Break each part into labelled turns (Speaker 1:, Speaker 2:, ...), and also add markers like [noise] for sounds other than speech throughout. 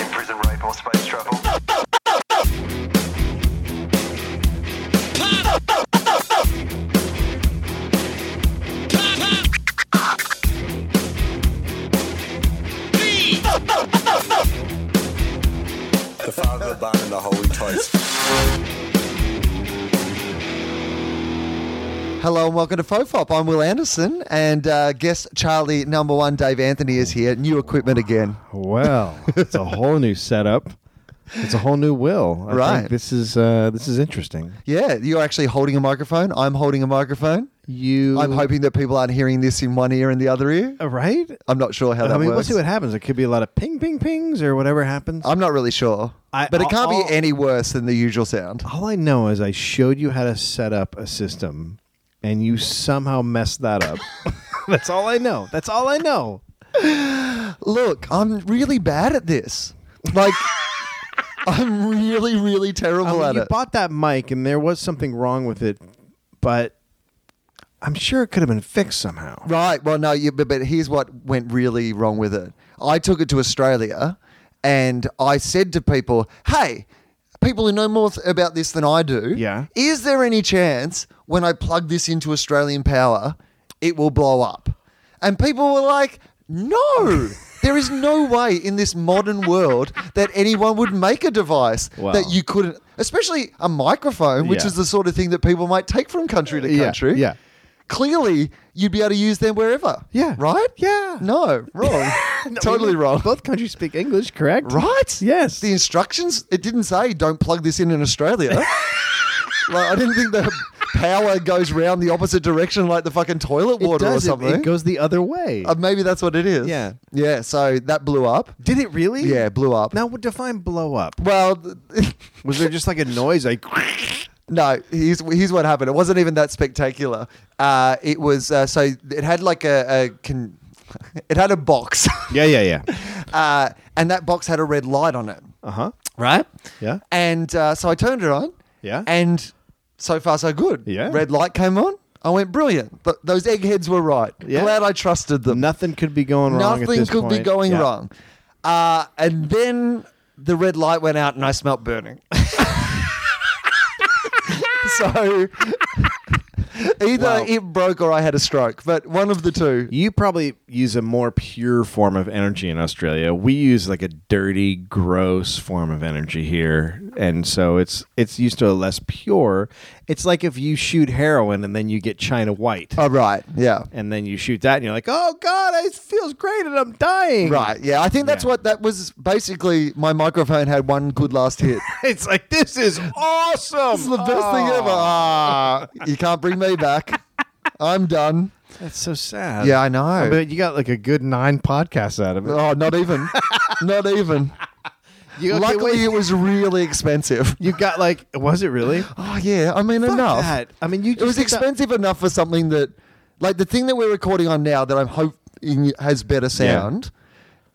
Speaker 1: in prison rape or space travel.
Speaker 2: The Father, the Son, and the Holy Toast.
Speaker 3: Hello and welcome to Fofop. I'm Will Anderson, and uh, guest Charlie number one Dave Anthony is here. New equipment again.
Speaker 4: Well, it's a whole new setup. It's a whole new will. I
Speaker 3: Right.
Speaker 4: Think this is uh, this is interesting.
Speaker 3: Yeah, you're actually holding a microphone. I'm holding a microphone.
Speaker 4: You.
Speaker 3: I'm hoping that people aren't hearing this in one ear and the other ear.
Speaker 4: Uh, Right.
Speaker 3: I'm not sure how that
Speaker 4: I mean, we'll
Speaker 3: works.
Speaker 4: see what happens. It could be a lot of ping, ping, pings, or whatever happens.
Speaker 3: I'm not really sure,
Speaker 4: I-
Speaker 3: but it can't
Speaker 4: I'll-
Speaker 3: be any worse than the usual sound.
Speaker 4: All I know is I showed you how to set up a system, and you somehow messed that
Speaker 3: [laughs]
Speaker 4: up. That's all I know. That's all I know.
Speaker 3: Look, I'm really bad at this.
Speaker 4: [laughs]
Speaker 3: Like, I'm really, really terrible
Speaker 4: I mean,
Speaker 3: at
Speaker 4: you
Speaker 3: it.
Speaker 4: bought that mic, and there was something wrong with it, but I'm sure it could have been fixed somehow.
Speaker 3: Right. Well, no, you, but, but here's what went really wrong with it. I took it to Australia and I said to people, hey, people who know more th- about this than I do,
Speaker 4: Yeah.
Speaker 3: is there any chance when I plug this into Australian power, it will blow up? And people were like, no. There is no way in this modern world that anyone would make a device
Speaker 4: Wow.
Speaker 3: that you couldn't, especially a microphone, which
Speaker 4: Yeah.
Speaker 3: is the sort of thing that people might take from country to country
Speaker 4: Yeah.
Speaker 3: clearly you'd be able to use them wherever.
Speaker 4: Yeah.
Speaker 3: Right?
Speaker 4: Yeah.
Speaker 3: No,
Speaker 4: [laughs]
Speaker 3: wrong. totally wrong.
Speaker 4: Both countries speak English, correct?
Speaker 3: Right?
Speaker 4: Yes.
Speaker 3: The instructions, it didn't say don't plug this in in Australia.
Speaker 4: [laughs]
Speaker 3: like, I didn't think the power goes round the opposite direction like the fucking toilet
Speaker 4: it
Speaker 3: water or
Speaker 4: does. It-
Speaker 3: something.
Speaker 4: It, goes the other way.
Speaker 3: Uh, maybe that's what it is.
Speaker 4: Yeah.
Speaker 3: Yeah. So that blew up.
Speaker 4: Did it really?
Speaker 3: Yeah, blew up.
Speaker 4: Now, what define blow up?
Speaker 3: Well, [laughs] th-
Speaker 4: Was there just like a noise? Like,
Speaker 3: No, here's, here's what happened. It wasn't even that spectacular. Uh, it was uh, so it had like a, a con- [laughs] it had a box,
Speaker 4: [laughs]
Speaker 3: [laughs]
Speaker 4: yeah, yeah, yeah.
Speaker 3: uh, and that box had a red light on it,
Speaker 4: Uh huh.
Speaker 3: right?
Speaker 4: Yeah.
Speaker 3: And uh, so I turned it on.
Speaker 4: Yeah.
Speaker 3: And so far so good.
Speaker 4: Yeah.
Speaker 3: Red light came on. I went brilliant. Th- those eggheads were right.
Speaker 4: Yeah.
Speaker 3: Glad I trusted them.
Speaker 4: Nothing could be going wrong. at
Speaker 3: Nothing
Speaker 4: this
Speaker 3: could be
Speaker 4: point.
Speaker 3: going
Speaker 4: Yeah.
Speaker 3: wrong. Uh, and then the red light went out and I smelt burning. [laughs] so [laughs] either
Speaker 4: Wow.
Speaker 3: it broke or I had a stroke, but one of the two.
Speaker 4: You probably use a more pure form of energy in Australia. We use like a dirty, gross form of energy here, and so it's it's used to a less pure. It's like if you shoot heroin and then you get China White.
Speaker 3: Oh, right. Yeah.
Speaker 4: and then you shoot that and you're like, oh God, it feels great and I'm dying.
Speaker 3: Right. Yeah. I think that's
Speaker 4: Yeah.
Speaker 3: what that was basically. My microphone had one good last hit.
Speaker 4: [laughs]
Speaker 3: [laughs]
Speaker 4: It's like, this is awesome.
Speaker 3: This is the best thing ever.
Speaker 4: Oh.
Speaker 3: Ah, you can't bring me back. I'm done.
Speaker 4: That's so sad.
Speaker 3: Yeah, I know.
Speaker 4: But you got like a good nine podcasts out of it.
Speaker 3: Oh, not even. Not even.
Speaker 4: You, okay,
Speaker 3: Luckily,
Speaker 4: wait,
Speaker 3: it was really expensive.
Speaker 4: you got like, was it really?
Speaker 3: [gasps] Oh yeah, I mean
Speaker 4: Fuck
Speaker 3: enough.
Speaker 4: that. I mean, you
Speaker 3: it was
Speaker 4: just did that-
Speaker 3: expensive enough for something that, like the thing that we're recording on now that I'm hoping has better sound,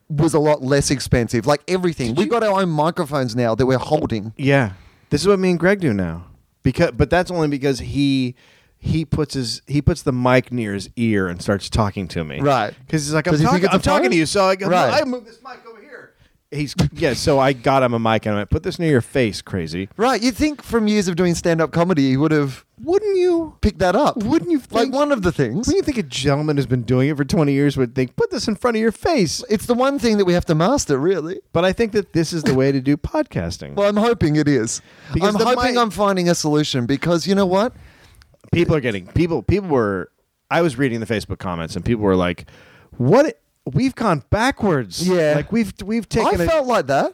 Speaker 3: was a lot less expensive. Like everything, we've got our own microphones now that we're holding.
Speaker 4: Yeah. This is what me and Greg do now. Because, but that's only because he. He puts his he puts the mic near his ear and starts talking to me.
Speaker 3: Right.
Speaker 4: because he's like, I'm,
Speaker 3: 'Cause you think
Speaker 4: talking,
Speaker 3: it's a
Speaker 4: I'm talking
Speaker 3: phone?
Speaker 4: to you, so I, go,
Speaker 3: Right.
Speaker 4: I move this mic over here. He's yeah, so I got him a mic and I put this near your face, crazy.
Speaker 3: Right? You'd think from years of doing stand-up comedy, you would have
Speaker 4: Wouldn't you?
Speaker 3: picked that up.
Speaker 4: Wouldn't you
Speaker 3: Like
Speaker 4: think-
Speaker 3: one of the things.
Speaker 4: Wouldn't you think a gentleman who's been doing it for 20 years would think, put this in front of your face?
Speaker 3: It's the one thing that we have to master, really.
Speaker 4: But I think that this is the way to do podcasting.
Speaker 3: Well, I'm hoping it is.
Speaker 4: Because
Speaker 3: I'm
Speaker 4: the
Speaker 3: hoping
Speaker 4: mic-
Speaker 3: I'm finding a solution because you know what?
Speaker 4: people are getting, people, people were, I was reading the Facebook comments and people were like, what? We've gone backwards.
Speaker 3: Yeah.
Speaker 4: Like we've, we've
Speaker 3: I
Speaker 4: taken a-
Speaker 3: felt like that. I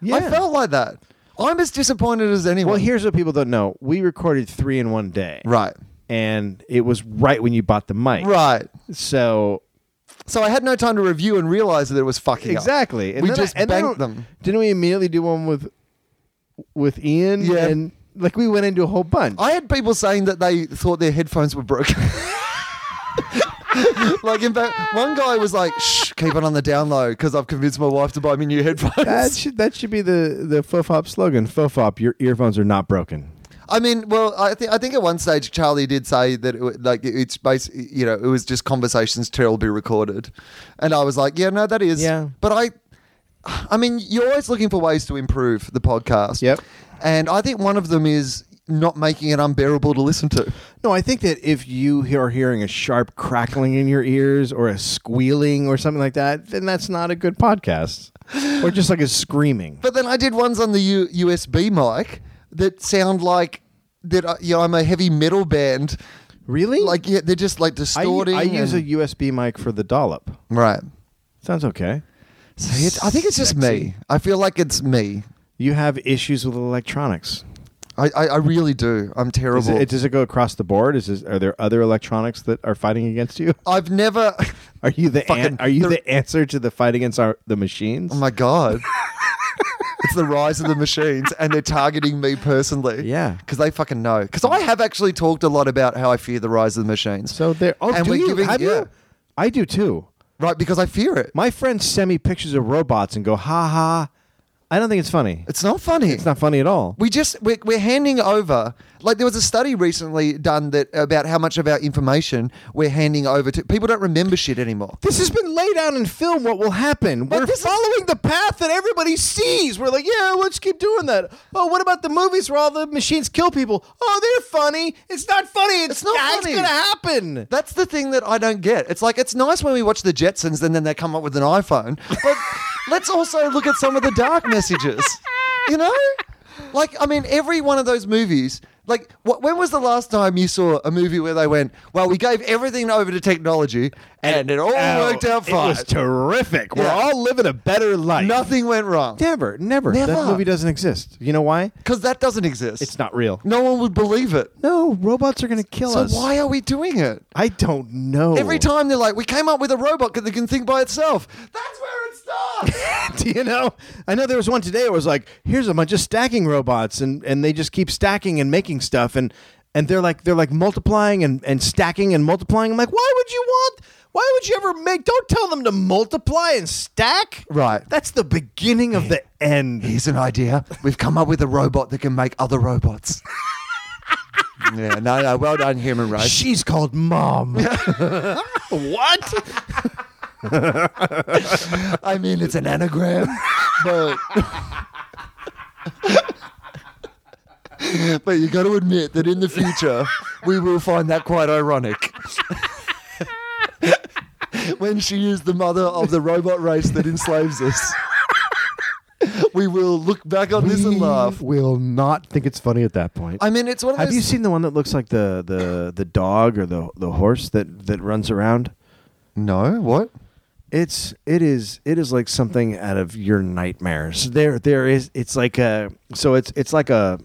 Speaker 4: Yeah.
Speaker 3: felt like that. I'm as disappointed as anyone.
Speaker 4: well, here's what people don't know. We recorded three in one day.
Speaker 3: Right.
Speaker 4: And it was right when you bought the mic.
Speaker 3: Right.
Speaker 4: So
Speaker 3: So I had no time to review and realize that it was fucking up.
Speaker 4: Exactly.
Speaker 3: we
Speaker 4: then I-
Speaker 3: just
Speaker 4: and then
Speaker 3: banked
Speaker 4: I-
Speaker 3: them.
Speaker 4: Didn't we immediately do one with with Ian?
Speaker 3: Yeah.
Speaker 4: And like we went into a whole bunch.
Speaker 3: I had people saying that they thought their headphones were
Speaker 4: [laughs]
Speaker 3: broken. like, in fact, one guy was like, shh, keep it on the down low because I've convinced my wife to buy me new headphones.
Speaker 4: that should that should be the the fofop slogan. Fofop, your earphones are not broken.
Speaker 3: [laughs] I mean, well, I think I think at one stage Charlie did say that it, wa- like it- it's basically you know it was just conversations terribly recorded, and I was like, yeah, no, that is,
Speaker 4: Yeah.
Speaker 3: But I, I mean, you're always looking for ways to improve the podcast.
Speaker 4: Yep.
Speaker 3: And I think one of them is not making it unbearable to listen to.
Speaker 4: No, I think that if you he- are hearing a sharp crackling in your ears or a squealing or something like that, then that's not a good podcast. or just like a screaming.
Speaker 3: But then I did ones on the U- USB mic that sound like that. I, you know, I'm a heavy metal band.
Speaker 4: Really?
Speaker 3: Like yeah, they're just like
Speaker 4: I,
Speaker 3: distorting.
Speaker 4: I use a
Speaker 3: and-
Speaker 4: USB mic for the dollop.
Speaker 3: right.
Speaker 4: Sounds okay.
Speaker 3: See, it's, I think it's just me.
Speaker 4: Sexy.
Speaker 3: I feel like it's me.
Speaker 4: You have issues with electronics.
Speaker 3: I, I, I really do. I'm
Speaker 4: Is
Speaker 3: terrible.
Speaker 4: it, does it go across the board? Is this, are there other electronics that are fighting against you? [laughs]
Speaker 3: I've never. [laughs] oh
Speaker 4: Are you the
Speaker 3: Fucking-
Speaker 4: an, are you
Speaker 3: there-
Speaker 4: the answer to the fight against our, the machines?
Speaker 3: Oh my god. it's the rise of the machines, and they're targeting me personally.
Speaker 4: Yeah.
Speaker 3: because they fucking know. Because I have actually talked a lot about how I fear the rise of the machines.
Speaker 4: so there. Oh,
Speaker 3: And
Speaker 4: do
Speaker 3: we're
Speaker 4: you?
Speaker 3: giving-
Speaker 4: have
Speaker 3: yeah.
Speaker 4: you? I do too.
Speaker 3: right, because I fear it.
Speaker 4: My friends send me pictures of robots and go, ha ha. I don't think it's funny.
Speaker 3: It's not funny.
Speaker 4: It's not funny at all.
Speaker 3: We just we're, we're handing over. Like there was a study recently done that about how much of our information we're handing over to people. Don't remember shit anymore.
Speaker 4: This has been laid out in film. What will happen?
Speaker 3: But
Speaker 4: We're
Speaker 3: this is-
Speaker 4: following the path that everybody sees. We're like, yeah, let's keep doing that. Oh, what about the movies where all the machines kill people? Oh, they're funny. It's not funny. It's,
Speaker 3: It's not
Speaker 4: that's
Speaker 3: funny.
Speaker 4: gonna happen.
Speaker 3: That's the thing that I don't get. It's like it's nice when we watch the Jetsons and then they come up with an iPhone, but let's also look at some of the dark messages. You know? Like I mean every one of those movies like wh- when was the last time you saw a movie where they went, "Well, we gave everything over to technology and, it all worked out fine.
Speaker 4: oh, It was terrific. We're
Speaker 3: Yeah.
Speaker 4: all living a better life.
Speaker 3: Nothing went wrong."
Speaker 4: Never, never.
Speaker 3: Never.
Speaker 4: That movie doesn't exist. You know why?
Speaker 3: Cuz that doesn't exist.
Speaker 4: It's not real.
Speaker 3: No one would believe it.
Speaker 4: No, robots are gonna kill
Speaker 3: So
Speaker 4: us.
Speaker 3: why are we doing it?
Speaker 4: I don't know.
Speaker 3: Every time they're like, "We came up with a robot that can think by itself." That's where it starts.
Speaker 4: [laughs] Do you know? I know there was one today. It was like, here's a bunch of stacking robots, and and they just keep stacking and making stuff, and and they're like they're like multiplying and and stacking and multiplying. I'm like, why would you want? Why would you ever make? Don't tell them to multiply and stack.
Speaker 3: Right.
Speaker 4: That's the beginning of the end.
Speaker 3: Here's an idea. We've come up with a robot that can make other robots. [laughs] yeah, no, no. Well done, human race.
Speaker 4: She's called mom. what?
Speaker 3: I mean, it's an anagram, [laughs] but. but you got to admit that in the future, we will find that quite ironic. [laughs] when she is the mother of the robot race that enslaves us, we will look back on this and laugh.
Speaker 4: will not think it's funny at that point.
Speaker 3: I mean, it's one of
Speaker 4: Have
Speaker 3: those.
Speaker 4: you seen the one that looks like the the the dog or the the horse that that runs around?
Speaker 3: no, what?
Speaker 4: It's it is it is like something out of your nightmares. There there is it's like a so it's it's like a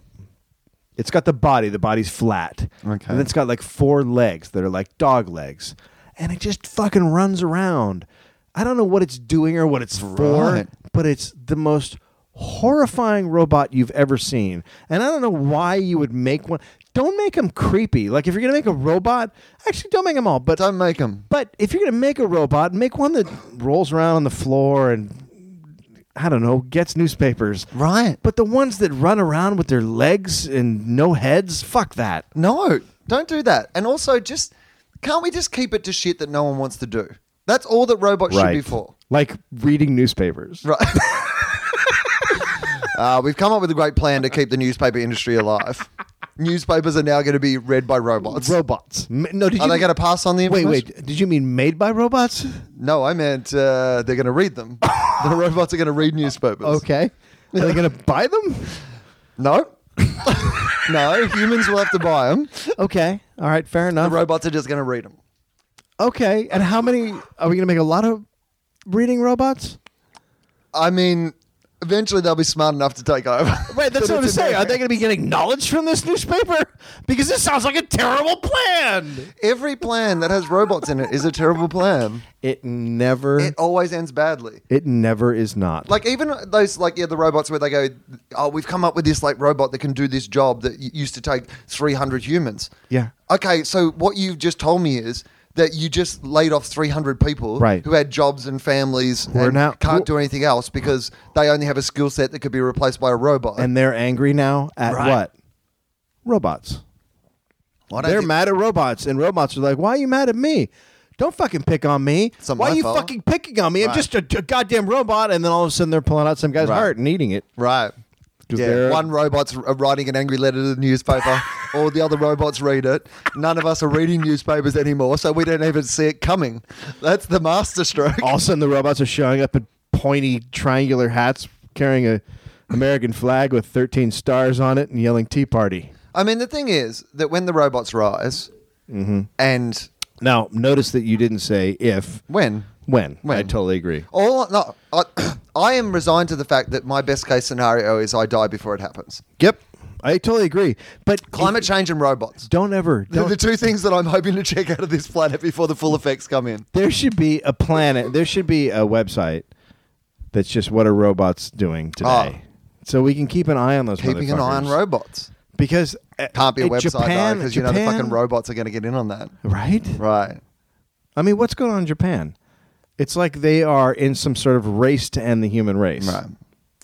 Speaker 4: it's got the body, the body's flat.
Speaker 3: Okay.
Speaker 4: And it's got like four legs that are like dog legs. And it just fucking runs around. I don't know what it's doing or what it's
Speaker 3: Right.
Speaker 4: for, but it's the most horrifying robot you've ever seen. And I don't know why you would make one. Don't make them creepy. Like if you're going to make a robot, actually don't make them all, but
Speaker 3: Don't make them.
Speaker 4: but if you're going to make a robot, make one that rolls around on the floor and I don't know, gets newspapers.
Speaker 3: Right.
Speaker 4: But the ones that run around with their legs and no heads, fuck that.
Speaker 3: No, don't do that. And also, just can't we just keep it to shit that no one wants to do? That's all that robots should be for.
Speaker 4: Like reading newspapers.
Speaker 3: Right. uh, we've come up with a great plan to keep the newspaper industry alive.
Speaker 4: [laughs]
Speaker 3: Newspapers are now going to be read by robots.
Speaker 4: Robots. M- No, did
Speaker 3: are
Speaker 4: you
Speaker 3: they going to pass on the
Speaker 4: Wait,
Speaker 3: information?
Speaker 4: wait. Did you mean made
Speaker 3: [laughs]
Speaker 4: by robots?
Speaker 3: No, I meant uh, they're going to read
Speaker 4: [laughs]
Speaker 3: them. the robots are going to read newspapers.
Speaker 4: Okay. Are they going to buy them?
Speaker 3: No. [laughs] no, humans will have to buy them.
Speaker 4: Okay. All right, fair
Speaker 3: The
Speaker 4: enough.
Speaker 3: robots are just going to read them.
Speaker 4: okay. And how many are we going to make a lot of reading robots?
Speaker 3: I mean, eventually they'll be smart enough to take over.
Speaker 4: Right,
Speaker 3: [laughs]
Speaker 4: that's
Speaker 3: But
Speaker 4: what I'm
Speaker 3: it's
Speaker 4: saying. Are
Speaker 3: America.
Speaker 4: they going to be getting knowledge from this newspaper? Because this sounds like a terrible plan.
Speaker 3: Every plan that has robots in it is a terrible plan.
Speaker 4: It never.
Speaker 3: It always ends badly.
Speaker 4: it never is not.
Speaker 3: Like even those like yeah the robots where they go oh we've come up with this like robot that can do this job that y- used to take 300 humans.
Speaker 4: Yeah.
Speaker 3: Okay, so what you've just told me is that you just laid off 300 people
Speaker 4: Right.
Speaker 3: who had jobs and families
Speaker 4: We're
Speaker 3: and
Speaker 4: now-
Speaker 3: can't
Speaker 4: we're-
Speaker 3: do anything else because they only have a skill set that could be replaced by a robot.
Speaker 4: and they're angry now at
Speaker 3: Right.
Speaker 4: what? Robots.
Speaker 3: Well, I don't
Speaker 4: They're
Speaker 3: thi-
Speaker 4: mad at robots, and robots are like, "Why are you mad at me? Don't fucking pick on me.
Speaker 3: not
Speaker 4: Why
Speaker 3: my
Speaker 4: are you
Speaker 3: fault."
Speaker 4: fucking picking on me? I'm
Speaker 3: Right.
Speaker 4: just a, a goddamn robot." And then all of a sudden, they're pulling out some guy's
Speaker 3: Right.
Speaker 4: heart and eating it.
Speaker 3: Right.
Speaker 4: 'Cause they're-
Speaker 3: Yeah. One robot's r- uh, writing an angry letter to the
Speaker 4: [laughs]
Speaker 3: newspaper. all the other robots read it. None of us are reading newspapers anymore, so we don't even see it coming. That's the masterstroke.
Speaker 4: All of a sudden, the robots are showing up in pointy triangular hats, carrying a American flag with 13 stars on it, and yelling "Tea Party."
Speaker 3: I mean, the thing is that when the robots rise, and
Speaker 4: Now, notice that you didn't say if.
Speaker 3: When?
Speaker 4: When.
Speaker 3: When.
Speaker 4: I totally agree.
Speaker 3: all no, I, [clears throat] I am resigned to the fact that my best case scenario is I die before it happens.
Speaker 4: Yep. I totally agree. But
Speaker 3: Climate change and
Speaker 4: [laughs]
Speaker 3: robots. [laughs]
Speaker 4: Don't ever.
Speaker 3: They're
Speaker 4: don't-
Speaker 3: the two things that I'm hoping to check out of this planet before the full effects come in.
Speaker 4: there should be a planet. There should be a website that's just what are robots doing today. So we can keep an eye on those.
Speaker 3: Ah. Keeping an eye on
Speaker 4: motherfuckers.
Speaker 3: robots.
Speaker 4: because uh,
Speaker 3: Can't be a
Speaker 4: uh,
Speaker 3: website
Speaker 4: Japan,
Speaker 3: because you know the
Speaker 4: Japan-
Speaker 3: fucking robots are going to get in on that.
Speaker 4: Right.
Speaker 3: Right.
Speaker 4: I mean, what's going on in Japan? It's like they are in some sort of race to end the human race.
Speaker 3: Right.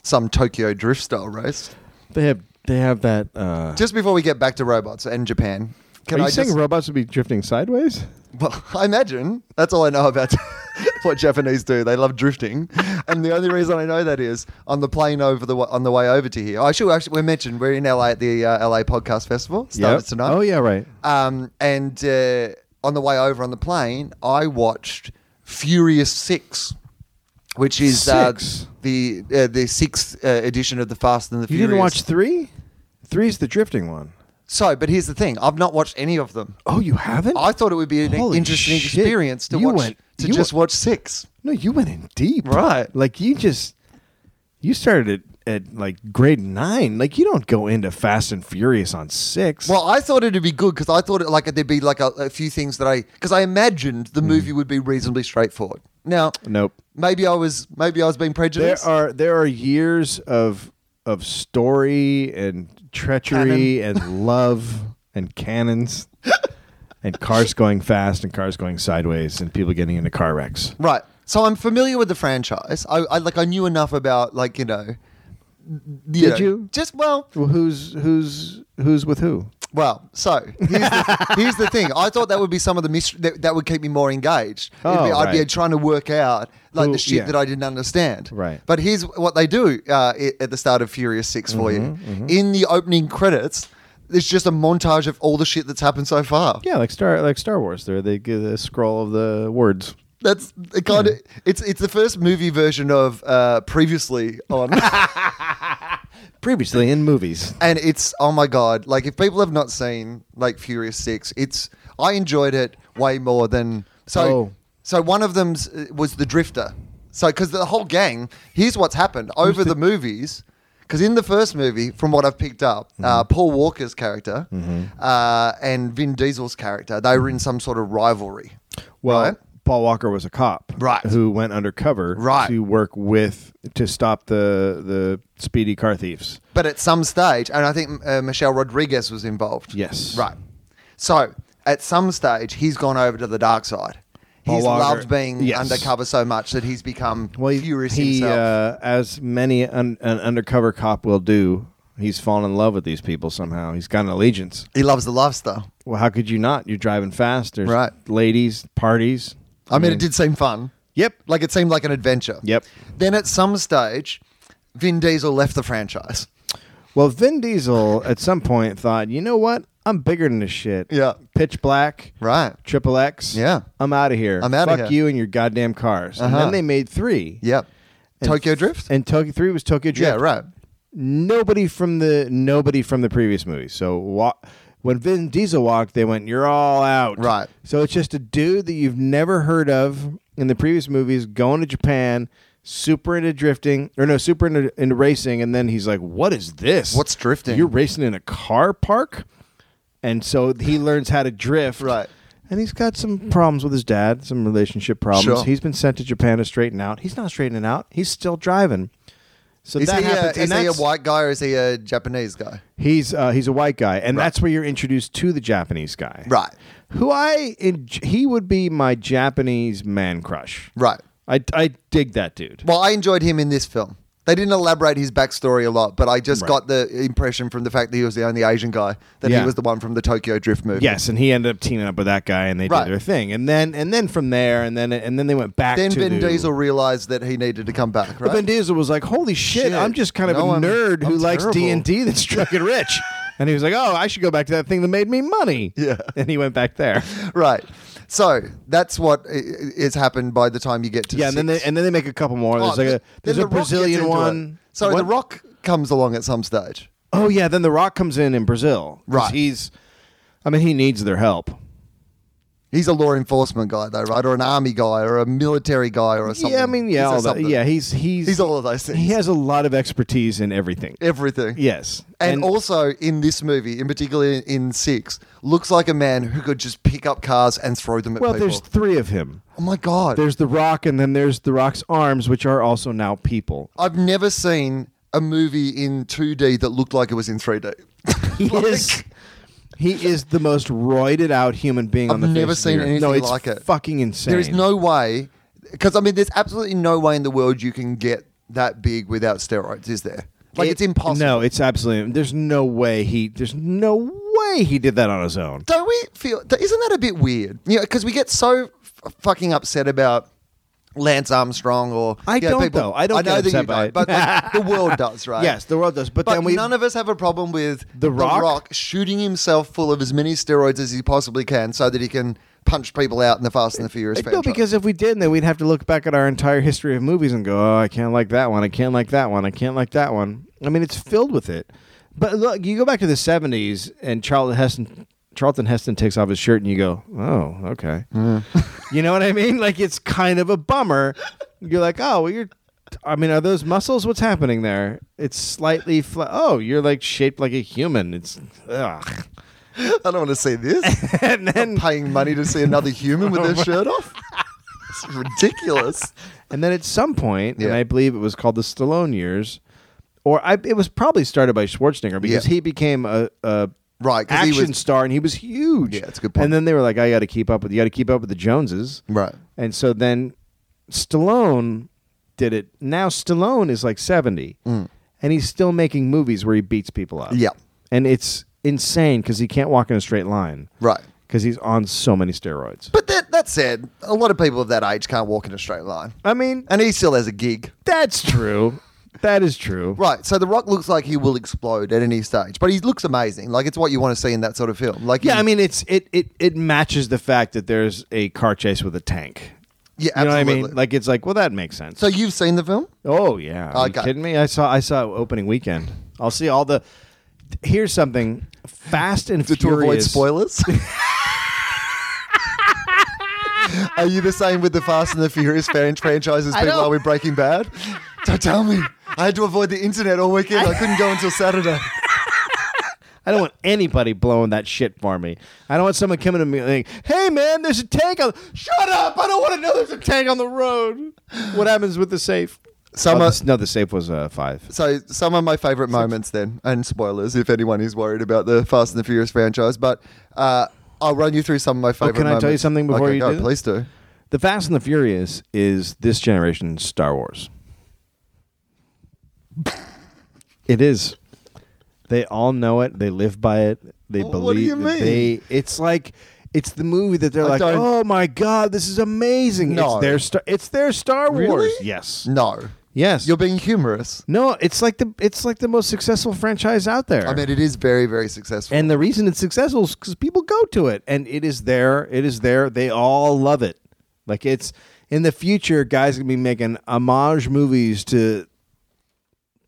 Speaker 3: Some Tokyo drift style race.
Speaker 4: They have. They have that. Uh,
Speaker 3: Just before we get back to robots and Japan, can
Speaker 4: are you
Speaker 3: I
Speaker 4: saying
Speaker 3: just,
Speaker 4: robots would be drifting sideways?
Speaker 3: [laughs] Well, I imagine that's all I know about [laughs] what Japanese do. They love drifting, and the only reason I know that is on the plane over the wa- on the way over to here. I should actually we mentioned we're in LA at the uh, LA Podcast Festival started
Speaker 4: Yep.
Speaker 3: tonight.
Speaker 4: Oh yeah, right.
Speaker 3: Um, and uh, on the way over on the plane, I watched Furious Six, which is
Speaker 4: Six?
Speaker 3: Uh, the uh, the sixth uh, edition of the Fast and the
Speaker 4: You
Speaker 3: Furious.
Speaker 4: didn't watch three? Three's the drifting one.
Speaker 3: so, but here's the thing: I've not watched any of them.
Speaker 4: Oh, you haven't?
Speaker 3: I thought it would be an
Speaker 4: Holy
Speaker 3: interesting
Speaker 4: shit.
Speaker 3: experience to
Speaker 4: You
Speaker 3: watch
Speaker 4: went-
Speaker 3: to
Speaker 4: you
Speaker 3: just
Speaker 4: went-
Speaker 3: watch six.
Speaker 4: no, you went in deep,
Speaker 3: Right.
Speaker 4: Like you just you started at, at like grade nine. Like you don't go into Fast and Furious on six.
Speaker 3: Well, I thought it'd be good because I thought it like there'd be like a, a few things that I because I imagined
Speaker 4: Hmm.
Speaker 3: the movie would be reasonably straightforward. Now,
Speaker 4: nope.
Speaker 3: maybe I was maybe I was being
Speaker 4: There
Speaker 3: prejudiced.
Speaker 4: are there are years of of story and treachery and love and [laughs] cannons and cars going fast and cars going sideways and people getting into car wrecks.
Speaker 3: right, so I'm familiar with the franchise. I, I like I knew enough about like you know.
Speaker 4: Did
Speaker 3: know,
Speaker 4: you?
Speaker 3: just well?
Speaker 4: Well, who's who's who's with who?
Speaker 3: Well, so here's
Speaker 4: [laughs]
Speaker 3: the, here's the thing. I thought that would be some of the mystery that, that would keep me more engaged. It'd be-
Speaker 4: Oh,
Speaker 3: I'd be
Speaker 4: right.
Speaker 3: trying to work out like
Speaker 4: Who-
Speaker 3: the shit
Speaker 4: yeah.
Speaker 3: that I didn't understand.
Speaker 4: Right.
Speaker 3: But here's what they do uh, i- at the start of Furious 6 for you.
Speaker 4: Mm-hmm,
Speaker 3: In the opening credits, it's just a montage of all the shit that's happened so far.
Speaker 4: Yeah, like Star like Star Wars. There they give a scroll of the words.
Speaker 3: That's it kind of it's it's the first movie version of uh, previously
Speaker 4: [laughs]
Speaker 3: on.
Speaker 4: previously in movies.
Speaker 3: and it's oh my god like if people have not seen like furious six it's i enjoyed it way more than so
Speaker 4: Oh.
Speaker 3: so one of them's uh, was the drifter so because the whole gang here's what's happened over the, movies because in the first movie from what i've picked up uh,
Speaker 4: Mm-hmm.
Speaker 3: paul walker's character uh, and vin diesel's character they were in some sort of rivalry
Speaker 4: Well,
Speaker 3: Right.
Speaker 4: Paul Walker was a cop,
Speaker 3: Right.
Speaker 4: Who went undercover,
Speaker 3: Right.
Speaker 4: to work with to stop the the speedy car thieves.
Speaker 3: But at some stage, and I think uh, Michelle Rodriguez was involved.
Speaker 4: Yes.
Speaker 3: Right. So at some stage, he's gone over to the dark side.
Speaker 4: Paul
Speaker 3: He's
Speaker 4: Walker-
Speaker 3: loved being
Speaker 4: Yes.
Speaker 3: undercover so much that he's become
Speaker 4: Well, he,
Speaker 3: furious
Speaker 4: he
Speaker 3: himself.
Speaker 4: uh, as many un, an undercover cop will do. He's fallen in love with these people somehow. He's got an allegiance.
Speaker 3: he loves the lifestyle.
Speaker 4: Well, how could you not? You're driving fast. There's
Speaker 3: Right.
Speaker 4: ladies, parties.
Speaker 3: I mean, it did seem fun.
Speaker 4: Yep.
Speaker 3: Like it seemed like an adventure.
Speaker 4: Yep.
Speaker 3: Then at some stage, Vin Diesel left the franchise.
Speaker 4: Well,
Speaker 3: [laughs]
Speaker 4: Vin Diesel at some point thought, you know what? I'm bigger than this shit.
Speaker 3: Yeah.
Speaker 4: Pitch black.
Speaker 3: Right.
Speaker 4: Triple X.
Speaker 3: Yeah.
Speaker 4: I'm out of here.
Speaker 3: I'm outta
Speaker 4: Fuck
Speaker 3: here.
Speaker 4: you and your goddamn cars. And
Speaker 3: Uh-huh.
Speaker 4: then they made three.
Speaker 3: Yep.
Speaker 4: And
Speaker 3: Tokyo
Speaker 4: th-
Speaker 3: Drift?
Speaker 4: And Tokyo three was Tokyo Drift.
Speaker 3: yeah, right.
Speaker 4: Nobody from the nobody from the previous movie. So wa- when Vin Diesel walked, they went, "You're all out."
Speaker 3: Right.
Speaker 4: So it's just a dude that you've never heard of in the previous movies going to Japan, super into drifting, or no, super into, into racing, and then he's like, "What is this?
Speaker 3: What's drifting?"
Speaker 4: You're racing in a car park." And so he learns how to drift.
Speaker 3: Right.
Speaker 4: And he's got some problems with his dad, some relationship problems.
Speaker 3: Sure.
Speaker 4: He's been sent to Japan to straighten out. He's not straightening out. He's still driving. So
Speaker 3: Is he,
Speaker 4: that happens.
Speaker 3: a, is
Speaker 4: and
Speaker 3: he a
Speaker 4: that's-
Speaker 3: white guy or is he a Japanese guy?
Speaker 4: He's uh, he's a white guy, and
Speaker 3: Right.
Speaker 4: that's where you're introduced to the Japanese guy,
Speaker 3: Right.
Speaker 4: Who I in, he would be my Japanese man crush,
Speaker 3: Right.
Speaker 4: I I dig that dude.
Speaker 3: Well, I enjoyed him in this film. They didn't elaborate his backstory a lot, but I just
Speaker 4: Right.
Speaker 3: got the impression from the fact that he was the only Asian guy that
Speaker 4: Yeah.
Speaker 3: he was the one from the Tokyo Drift movie.
Speaker 4: yes, and he ended up teaming up with that guy, and they
Speaker 3: Right.
Speaker 4: did their thing, and then and then from there, and then and then they went back.
Speaker 3: Then
Speaker 4: to
Speaker 3: Vin
Speaker 4: the-
Speaker 3: Diesel realized that he needed to come back,
Speaker 4: But
Speaker 3: right?
Speaker 4: Vin Diesel was like, "Holy shit,
Speaker 3: Shit.
Speaker 4: I'm just kind of
Speaker 3: No,
Speaker 4: a
Speaker 3: I'm-
Speaker 4: nerd who
Speaker 3: I'm
Speaker 4: likes D
Speaker 3: terrible."
Speaker 4: and D that's
Speaker 3: [laughs]
Speaker 4: fucking rich," and he was like, "Oh, I should go back to that thing that made me money."
Speaker 3: Yeah.
Speaker 4: and he went
Speaker 3: [laughs]
Speaker 4: back there.
Speaker 3: right. So that's what i- i- is happened by the time you get to
Speaker 4: Yeah, and then they,
Speaker 3: six.
Speaker 4: and then they make a couple more.
Speaker 3: Oh,
Speaker 4: There's like
Speaker 3: th-
Speaker 4: a there's
Speaker 3: then
Speaker 4: a
Speaker 3: The Rock gets
Speaker 4: Brazilian
Speaker 3: into it.
Speaker 4: one.
Speaker 3: Sorry,
Speaker 4: What?
Speaker 3: The Rock comes along at some stage.
Speaker 4: Oh yeah, then The Rock comes in in Brazil. 'Cause
Speaker 3: Right.
Speaker 4: He's, I mean, he needs their help.
Speaker 3: He's a law enforcement guy, though, right? Or an army guy, or a military guy, or something.
Speaker 4: Yeah, I mean,
Speaker 3: He's
Speaker 4: yeah,
Speaker 3: a
Speaker 4: all that.
Speaker 3: something.
Speaker 4: Yeah, he's he's
Speaker 3: He's all of those
Speaker 4: He
Speaker 3: things.
Speaker 4: has a lot of expertise in everything.
Speaker 3: everything.
Speaker 4: yes,
Speaker 3: And, also in this movie, in particular in, in Six, looks like a man who could just pick up cars and throw them at
Speaker 4: well,
Speaker 3: people.
Speaker 4: there's three of him.
Speaker 3: oh my god!
Speaker 4: There's The Rock, and then there's The Rock's arms, which are also now people.
Speaker 3: I've never seen a movie in 2D that looked like it was in 3D.
Speaker 4: He is. He is the most roided out human being on
Speaker 3: I've
Speaker 4: the face
Speaker 3: never
Speaker 4: of the
Speaker 3: seen
Speaker 4: earth.
Speaker 3: anything
Speaker 4: no, it's
Speaker 3: like it.
Speaker 4: Fucking
Speaker 3: [laughs]
Speaker 4: insane.
Speaker 3: There is no way, because I mean, there's absolutely no way in the world you can get that big without steroids, is there? Like
Speaker 4: It-
Speaker 3: it's impossible.
Speaker 4: No, it's absolutely. There's no way he. There's no way he did that on his own.
Speaker 3: don't we feel th- isn't that a bit weird you know because we get so f- fucking upset about lance armstrong or
Speaker 4: I
Speaker 3: you know,
Speaker 4: don't,
Speaker 3: people,
Speaker 4: though. I don't
Speaker 3: know
Speaker 4: get
Speaker 3: that you
Speaker 4: upset by
Speaker 3: don't
Speaker 4: it.
Speaker 3: but like, the
Speaker 4: [laughs]
Speaker 3: world does right
Speaker 4: Yes, the world does. But,
Speaker 3: but
Speaker 4: then we
Speaker 3: none of us have a problem with
Speaker 4: The Rock?
Speaker 3: shooting himself full of as many steroids as he possibly can so that he can punch people out in the Fast and the Furious
Speaker 4: no,
Speaker 3: franchise.
Speaker 4: because if we did, then we'd have to look back at our entire history of movies and go, "Oh, I can't like that one. I can't like that one. I can't like that one." I mean, it's filled with it. But look, you go back to the '70s, and Charlton Heston, Charlton Heston takes off his shirt, and you go, "Oh, okay." [laughs] you know what I mean? Like it's kind of a bummer. You're like, "Oh, well, you're." I mean, are those muscles? What's happening there? It's slightly. Fla- oh, you're like shaped like a human. It's. Ugh. [laughs]
Speaker 3: I don't want to see this.
Speaker 4: And then
Speaker 3: Paying money to see another human with their shirt off. It's ridiculous.
Speaker 4: And then at some point, and
Speaker 3: Yeah.
Speaker 4: I believe it was called the Stallone years, or I, it was probably started by Schwarzenegger because
Speaker 3: Yeah.
Speaker 4: he became a, a
Speaker 3: Right, 'cause he
Speaker 4: action
Speaker 3: was-
Speaker 4: star and he was huge.
Speaker 3: Yeah, that's a good point.
Speaker 4: And then they were like, "I got to keep up with you. Got to keep up with the Joneses."
Speaker 3: Right.
Speaker 4: And so then Stallone did it. Now Stallone is like seventy, and he's still making movies where he beats people up.
Speaker 3: Mm. Yeah.
Speaker 4: and it's insane because he can't walk in a straight line.
Speaker 3: Right.
Speaker 4: because he's on so many steroids.
Speaker 3: But that, that said, a lot of people of that age can't walk in a straight line.
Speaker 4: I mean,
Speaker 3: And he still has a gig.
Speaker 4: that's true. That is true.
Speaker 3: Right, so The Rock looks like he will explode at any stage, but he looks amazing. Like it's what you want to see in that sort of film. Like
Speaker 4: Yeah,
Speaker 3: he-
Speaker 4: I mean it's it it it matches the fact that there's a car chase with a tank.
Speaker 3: yeah,
Speaker 4: You know
Speaker 3: absolutely.
Speaker 4: what I mean? Like it's like, well, that makes sense.
Speaker 3: so you've seen the film?
Speaker 4: oh yeah, are
Speaker 3: Okay.
Speaker 4: you kidding me? I saw I saw opening weekend. I'll see all the. Here's something Fast and
Speaker 3: To, to avoid
Speaker 4: Furious. [laughs]
Speaker 3: spoilers. Are you the same with the Fast and the Furious fran- franchises people
Speaker 4: don't-
Speaker 3: are with Breaking Bad? So tell me. I had to avoid the internet all weekend. I couldn't go until Saturday.
Speaker 4: I don't want anybody blowing that shit for me. I don't want someone coming to me like, "Hey man, there's a tank on." Shut up! I don't want to know there's a tank on the road. What happens with the safe?
Speaker 3: Some
Speaker 4: Oh,
Speaker 3: are-
Speaker 4: this- no, the safe was uh, five.
Speaker 3: So some of my favorite moments then, and spoilers if anyone is worried about the Fast and the Furious franchise, but uh, I'll run you through some of my favorite.
Speaker 4: Oh, can I tell you
Speaker 3: moments.
Speaker 4: something before
Speaker 3: Okay,
Speaker 4: you
Speaker 3: go,
Speaker 4: do that?
Speaker 3: Please do.
Speaker 4: The Fast and the Furious is this generation's Star Wars. It is. They all know it. They live by it. They
Speaker 3: Wh-
Speaker 4: believe.
Speaker 3: what do you
Speaker 4: that
Speaker 3: mean?
Speaker 4: They, it's like it's the movie that they're
Speaker 3: I
Speaker 4: like,
Speaker 3: don't-
Speaker 4: oh my god, this is amazing.
Speaker 3: No.
Speaker 4: It's their star. It's their Star Wars.
Speaker 3: Really?
Speaker 4: Yes.
Speaker 3: No,
Speaker 4: Yes.
Speaker 3: you're being humorous.
Speaker 4: no, it's like the it's like the most successful franchise out there.
Speaker 3: I mean, it is very, very successful.
Speaker 4: and the reason it's successful is because people go to it, and it is there. It is there. They all love it. Like it's in the future, guys gonna be making homage movies to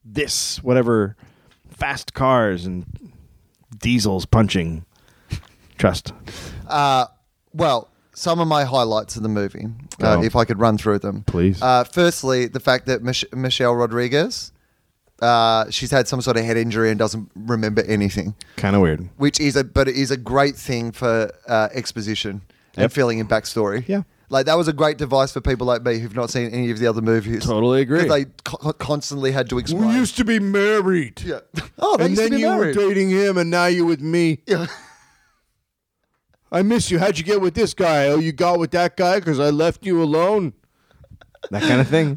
Speaker 4: this, whatever, fast cars and diesels punching. Trust.
Speaker 3: uh, well, some of my highlights of the movie, uh,
Speaker 4: Go.
Speaker 3: if I could run through them.
Speaker 4: Please.
Speaker 3: Uh, firstly, the fact that Mich- Michelle Rodriguez, uh, she's had some sort of head injury and doesn't remember anything,
Speaker 4: Kind of weird.
Speaker 3: which is a but it is a great thing for uh, exposition and
Speaker 4: Yep.
Speaker 3: filling in backstory.
Speaker 4: Yeah.
Speaker 3: Like that was a great device for people like me who've not seen any of the other movies.
Speaker 4: Totally agree.
Speaker 3: 'Cause They co- constantly had to explain.
Speaker 4: to be married.
Speaker 3: [laughs] yeah. Oh, they used to be married.
Speaker 4: dating him, and now you're with me.
Speaker 3: Yeah.
Speaker 4: I miss you. How'd you get with this guy? Oh, you got with that guy because I left you alone. That kind of
Speaker 3: [laughs]
Speaker 4: thing.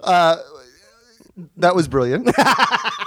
Speaker 3: That was brilliant. [laughs]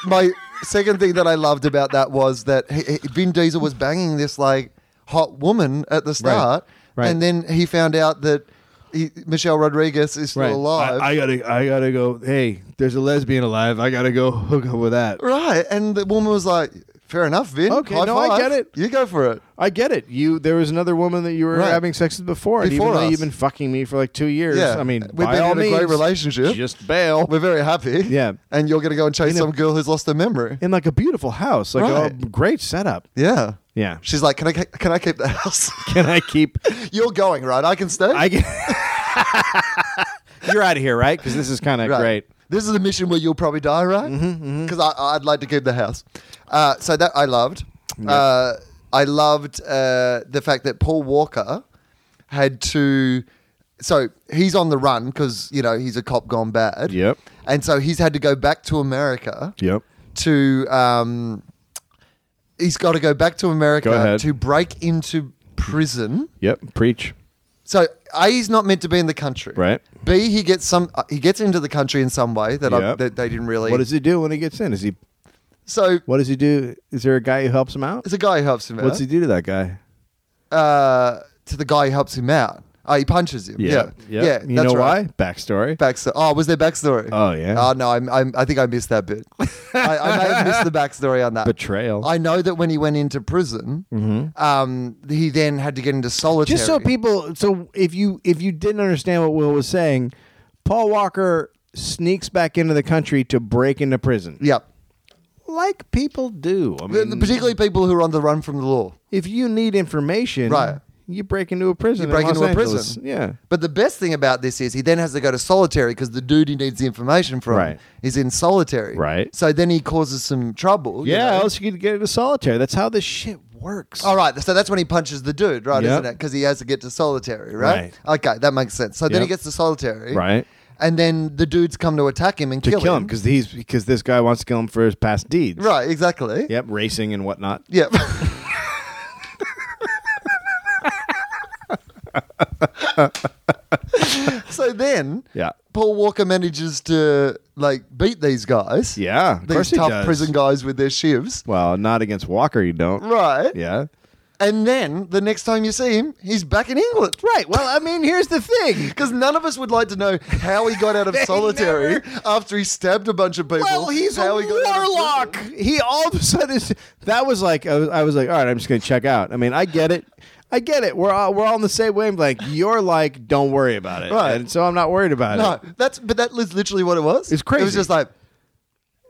Speaker 3: My second thing that I loved about that was that he, he- Vin Diesel was banging this like hot woman at the start,
Speaker 4: Right.
Speaker 3: and then he found out that he, Michelle Rodriguez is still alive.
Speaker 4: I, I gotta, I gotta go. Hey, there's a lesbian alive. I gotta go [laughs] hook up with that.
Speaker 3: right, and the woman was like, "Fair enough, Vin.
Speaker 4: Okay,
Speaker 3: High
Speaker 4: no, I
Speaker 3: five.
Speaker 4: get it.
Speaker 3: You go for it."
Speaker 4: I get it. You, there was another woman that you were
Speaker 3: Right.
Speaker 4: having sex with before. and
Speaker 3: Before
Speaker 4: even though
Speaker 3: us.
Speaker 4: you've been fucking me for like two years.
Speaker 3: Yeah,
Speaker 4: I mean,
Speaker 3: we've
Speaker 4: by
Speaker 3: been
Speaker 4: all
Speaker 3: in a great
Speaker 4: means,
Speaker 3: relationship.
Speaker 4: Just bail.
Speaker 3: Oh, We're very happy.
Speaker 4: Yeah.
Speaker 3: and you're going to go and chase
Speaker 4: You know-
Speaker 3: some girl who's lost her memory.
Speaker 4: in like a beautiful house, like a
Speaker 3: Right.
Speaker 4: great setup.
Speaker 3: Yeah,
Speaker 4: Yeah. [laughs]
Speaker 3: She's like, "Can I ke- can I keep the house? [laughs]
Speaker 4: Can I keep?
Speaker 3: you're going, right? I can stay.
Speaker 4: I get. [laughs] You're out of here, right? Because this is kind of
Speaker 3: Right.
Speaker 4: great. Mm-hmm,
Speaker 3: This is a mission where you'll probably die, right? Because I'd like to keep the house. Uh, so that I loved. Uh, I loved uh, the fact that Paul Walker had to. So he's on the run because you know he's a cop gone bad.
Speaker 4: Yep.
Speaker 3: And so he's had to go back to America.
Speaker 4: Yep.
Speaker 3: To um, he's got to go back to America
Speaker 4: Go ahead.
Speaker 3: to break into prison.
Speaker 4: Yep. Preach.
Speaker 3: So A, he's not meant to be in the country.
Speaker 4: Right.
Speaker 3: B, he gets some. uh, He gets into the country in some way that, I,
Speaker 4: Yep.
Speaker 3: that they didn't really.
Speaker 4: What does he do when he gets in? Is he?
Speaker 3: so
Speaker 4: What does he do? Is there a guy who helps him out?
Speaker 3: there's a guy who helps him out.
Speaker 4: What's he do to that guy?
Speaker 3: uh, to the guy who helps him out. Oh, he punches him. Yeah. Yeah.
Speaker 4: Yep. You
Speaker 3: that's
Speaker 4: know
Speaker 3: right.
Speaker 4: why? Backstory.
Speaker 3: Backstory. Oh, was there backstory?
Speaker 4: Oh, yeah.
Speaker 3: Oh no, I'm, I'm, I think I missed that
Speaker 4: [laughs]
Speaker 3: bit. I, I may have missed the backstory on that
Speaker 4: Betrayal. Mm-hmm.
Speaker 3: I know that when he went into prison, um, he then had to get into solitary.
Speaker 4: Just so people, so if you if you didn't understand what Will was saying, Paul Walker sneaks back into the country to break into prison,
Speaker 3: Yep.
Speaker 4: like people do.
Speaker 3: The-
Speaker 4: I mean,
Speaker 3: the- Particularly people who are on the run from the law.
Speaker 4: if you need information,
Speaker 3: Right.
Speaker 4: You break into a prison.
Speaker 3: You break
Speaker 4: in Los
Speaker 3: into a
Speaker 4: Angeles.
Speaker 3: prison.
Speaker 4: Yeah.
Speaker 3: But the best thing about this is he then has to go to solitary because the dude he needs the information from
Speaker 4: Right.
Speaker 3: is in solitary.
Speaker 4: Right.
Speaker 3: So then he causes some trouble. you
Speaker 4: Yeah,
Speaker 3: know.
Speaker 4: else you could get into solitary. That's how this shit works.
Speaker 3: All Oh, right. So that's when he punches the dude, right?
Speaker 4: Yep.
Speaker 3: Isn't it? Because he has to get to solitary, right? Okay, that makes sense. So then he
Speaker 4: Yep.
Speaker 3: gets to solitary,
Speaker 4: Right.
Speaker 3: And then the dudes come to attack him and
Speaker 4: To kill him because he's because this guy wants to kill him for his past deeds.
Speaker 3: Right. Exactly.
Speaker 4: Yep, racing and whatnot.
Speaker 3: Yep. [laughs] so then,
Speaker 4: Yeah.
Speaker 3: Paul Walker manages to like beat these guys.
Speaker 4: Yeah, of
Speaker 3: these
Speaker 4: course he
Speaker 3: tough
Speaker 4: does.
Speaker 3: prison guys with their shivs.
Speaker 4: Well, not against Walker, you don't.
Speaker 3: Right.
Speaker 4: Yeah.
Speaker 3: And then the next time you see him, he's back in England.
Speaker 4: Right. Well, I mean, here's the thing.
Speaker 3: Because none of us would like to know how he got out of
Speaker 4: [laughs] They
Speaker 3: solitary after he stabbed a bunch of people.
Speaker 4: [laughs] Well, he's
Speaker 3: how
Speaker 4: a
Speaker 3: he got out of
Speaker 4: warlock.
Speaker 3: prison.
Speaker 4: He all of a sudden is, that was like I was, I was like, all right, I'm just gonna check out. I mean, I get it, I get it. We're all we're all on the same wavelength. You're like, don't worry about it,
Speaker 3: Right.
Speaker 4: And so I'm not worried about
Speaker 3: No,
Speaker 4: it.
Speaker 3: that's but that is literally what it was.
Speaker 4: It's
Speaker 3: It was
Speaker 4: crazy.
Speaker 3: just like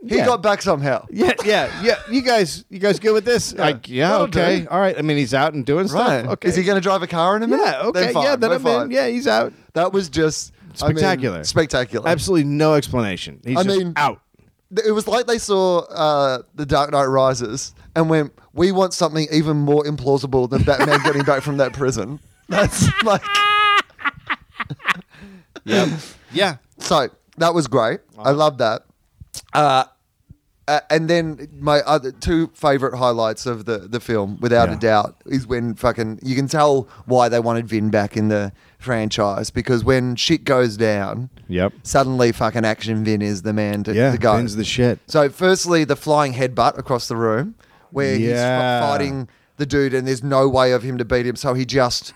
Speaker 3: he
Speaker 4: Yeah.
Speaker 3: got back somehow.
Speaker 4: Yeah, yeah, yeah. You guys, you guys good with this? Yeah, yeah
Speaker 3: That'll
Speaker 4: okay,
Speaker 3: do.
Speaker 4: all right. I mean, he's out and doing
Speaker 3: Right.
Speaker 4: stuff. Okay,
Speaker 3: Is he going to drive a car in a minute?
Speaker 4: Yeah, okay,
Speaker 3: fine.
Speaker 4: yeah. Then
Speaker 3: We're
Speaker 4: I'm
Speaker 3: fine.
Speaker 4: in. Yeah, he's out.
Speaker 3: That was just I mean,
Speaker 4: Spectacular.
Speaker 3: spectacular.
Speaker 4: Absolutely no explanation. He's
Speaker 3: I
Speaker 4: just
Speaker 3: mean-
Speaker 4: out.
Speaker 3: It was like they saw uh, The Dark Knight Rises and went, we want something even more implausible than Batman getting back from that prison. [laughs] That's like,
Speaker 4: Yeah.
Speaker 3: so that was great. I love that. Uh, uh, and then my other two favorite highlights of the, the film, without a
Speaker 4: Yeah.
Speaker 3: doubt, is when fucking you can tell why they wanted Vin back in the franchise because when shit goes down,
Speaker 4: Yep.
Speaker 3: suddenly fucking action Vin is the man to,
Speaker 4: Yeah.
Speaker 3: to go.
Speaker 4: Vin's the shit.
Speaker 3: so firstly, the flying headbutt across the room where he's
Speaker 4: Yeah.
Speaker 3: f- fighting the dude and there's no way of him to beat him, so he just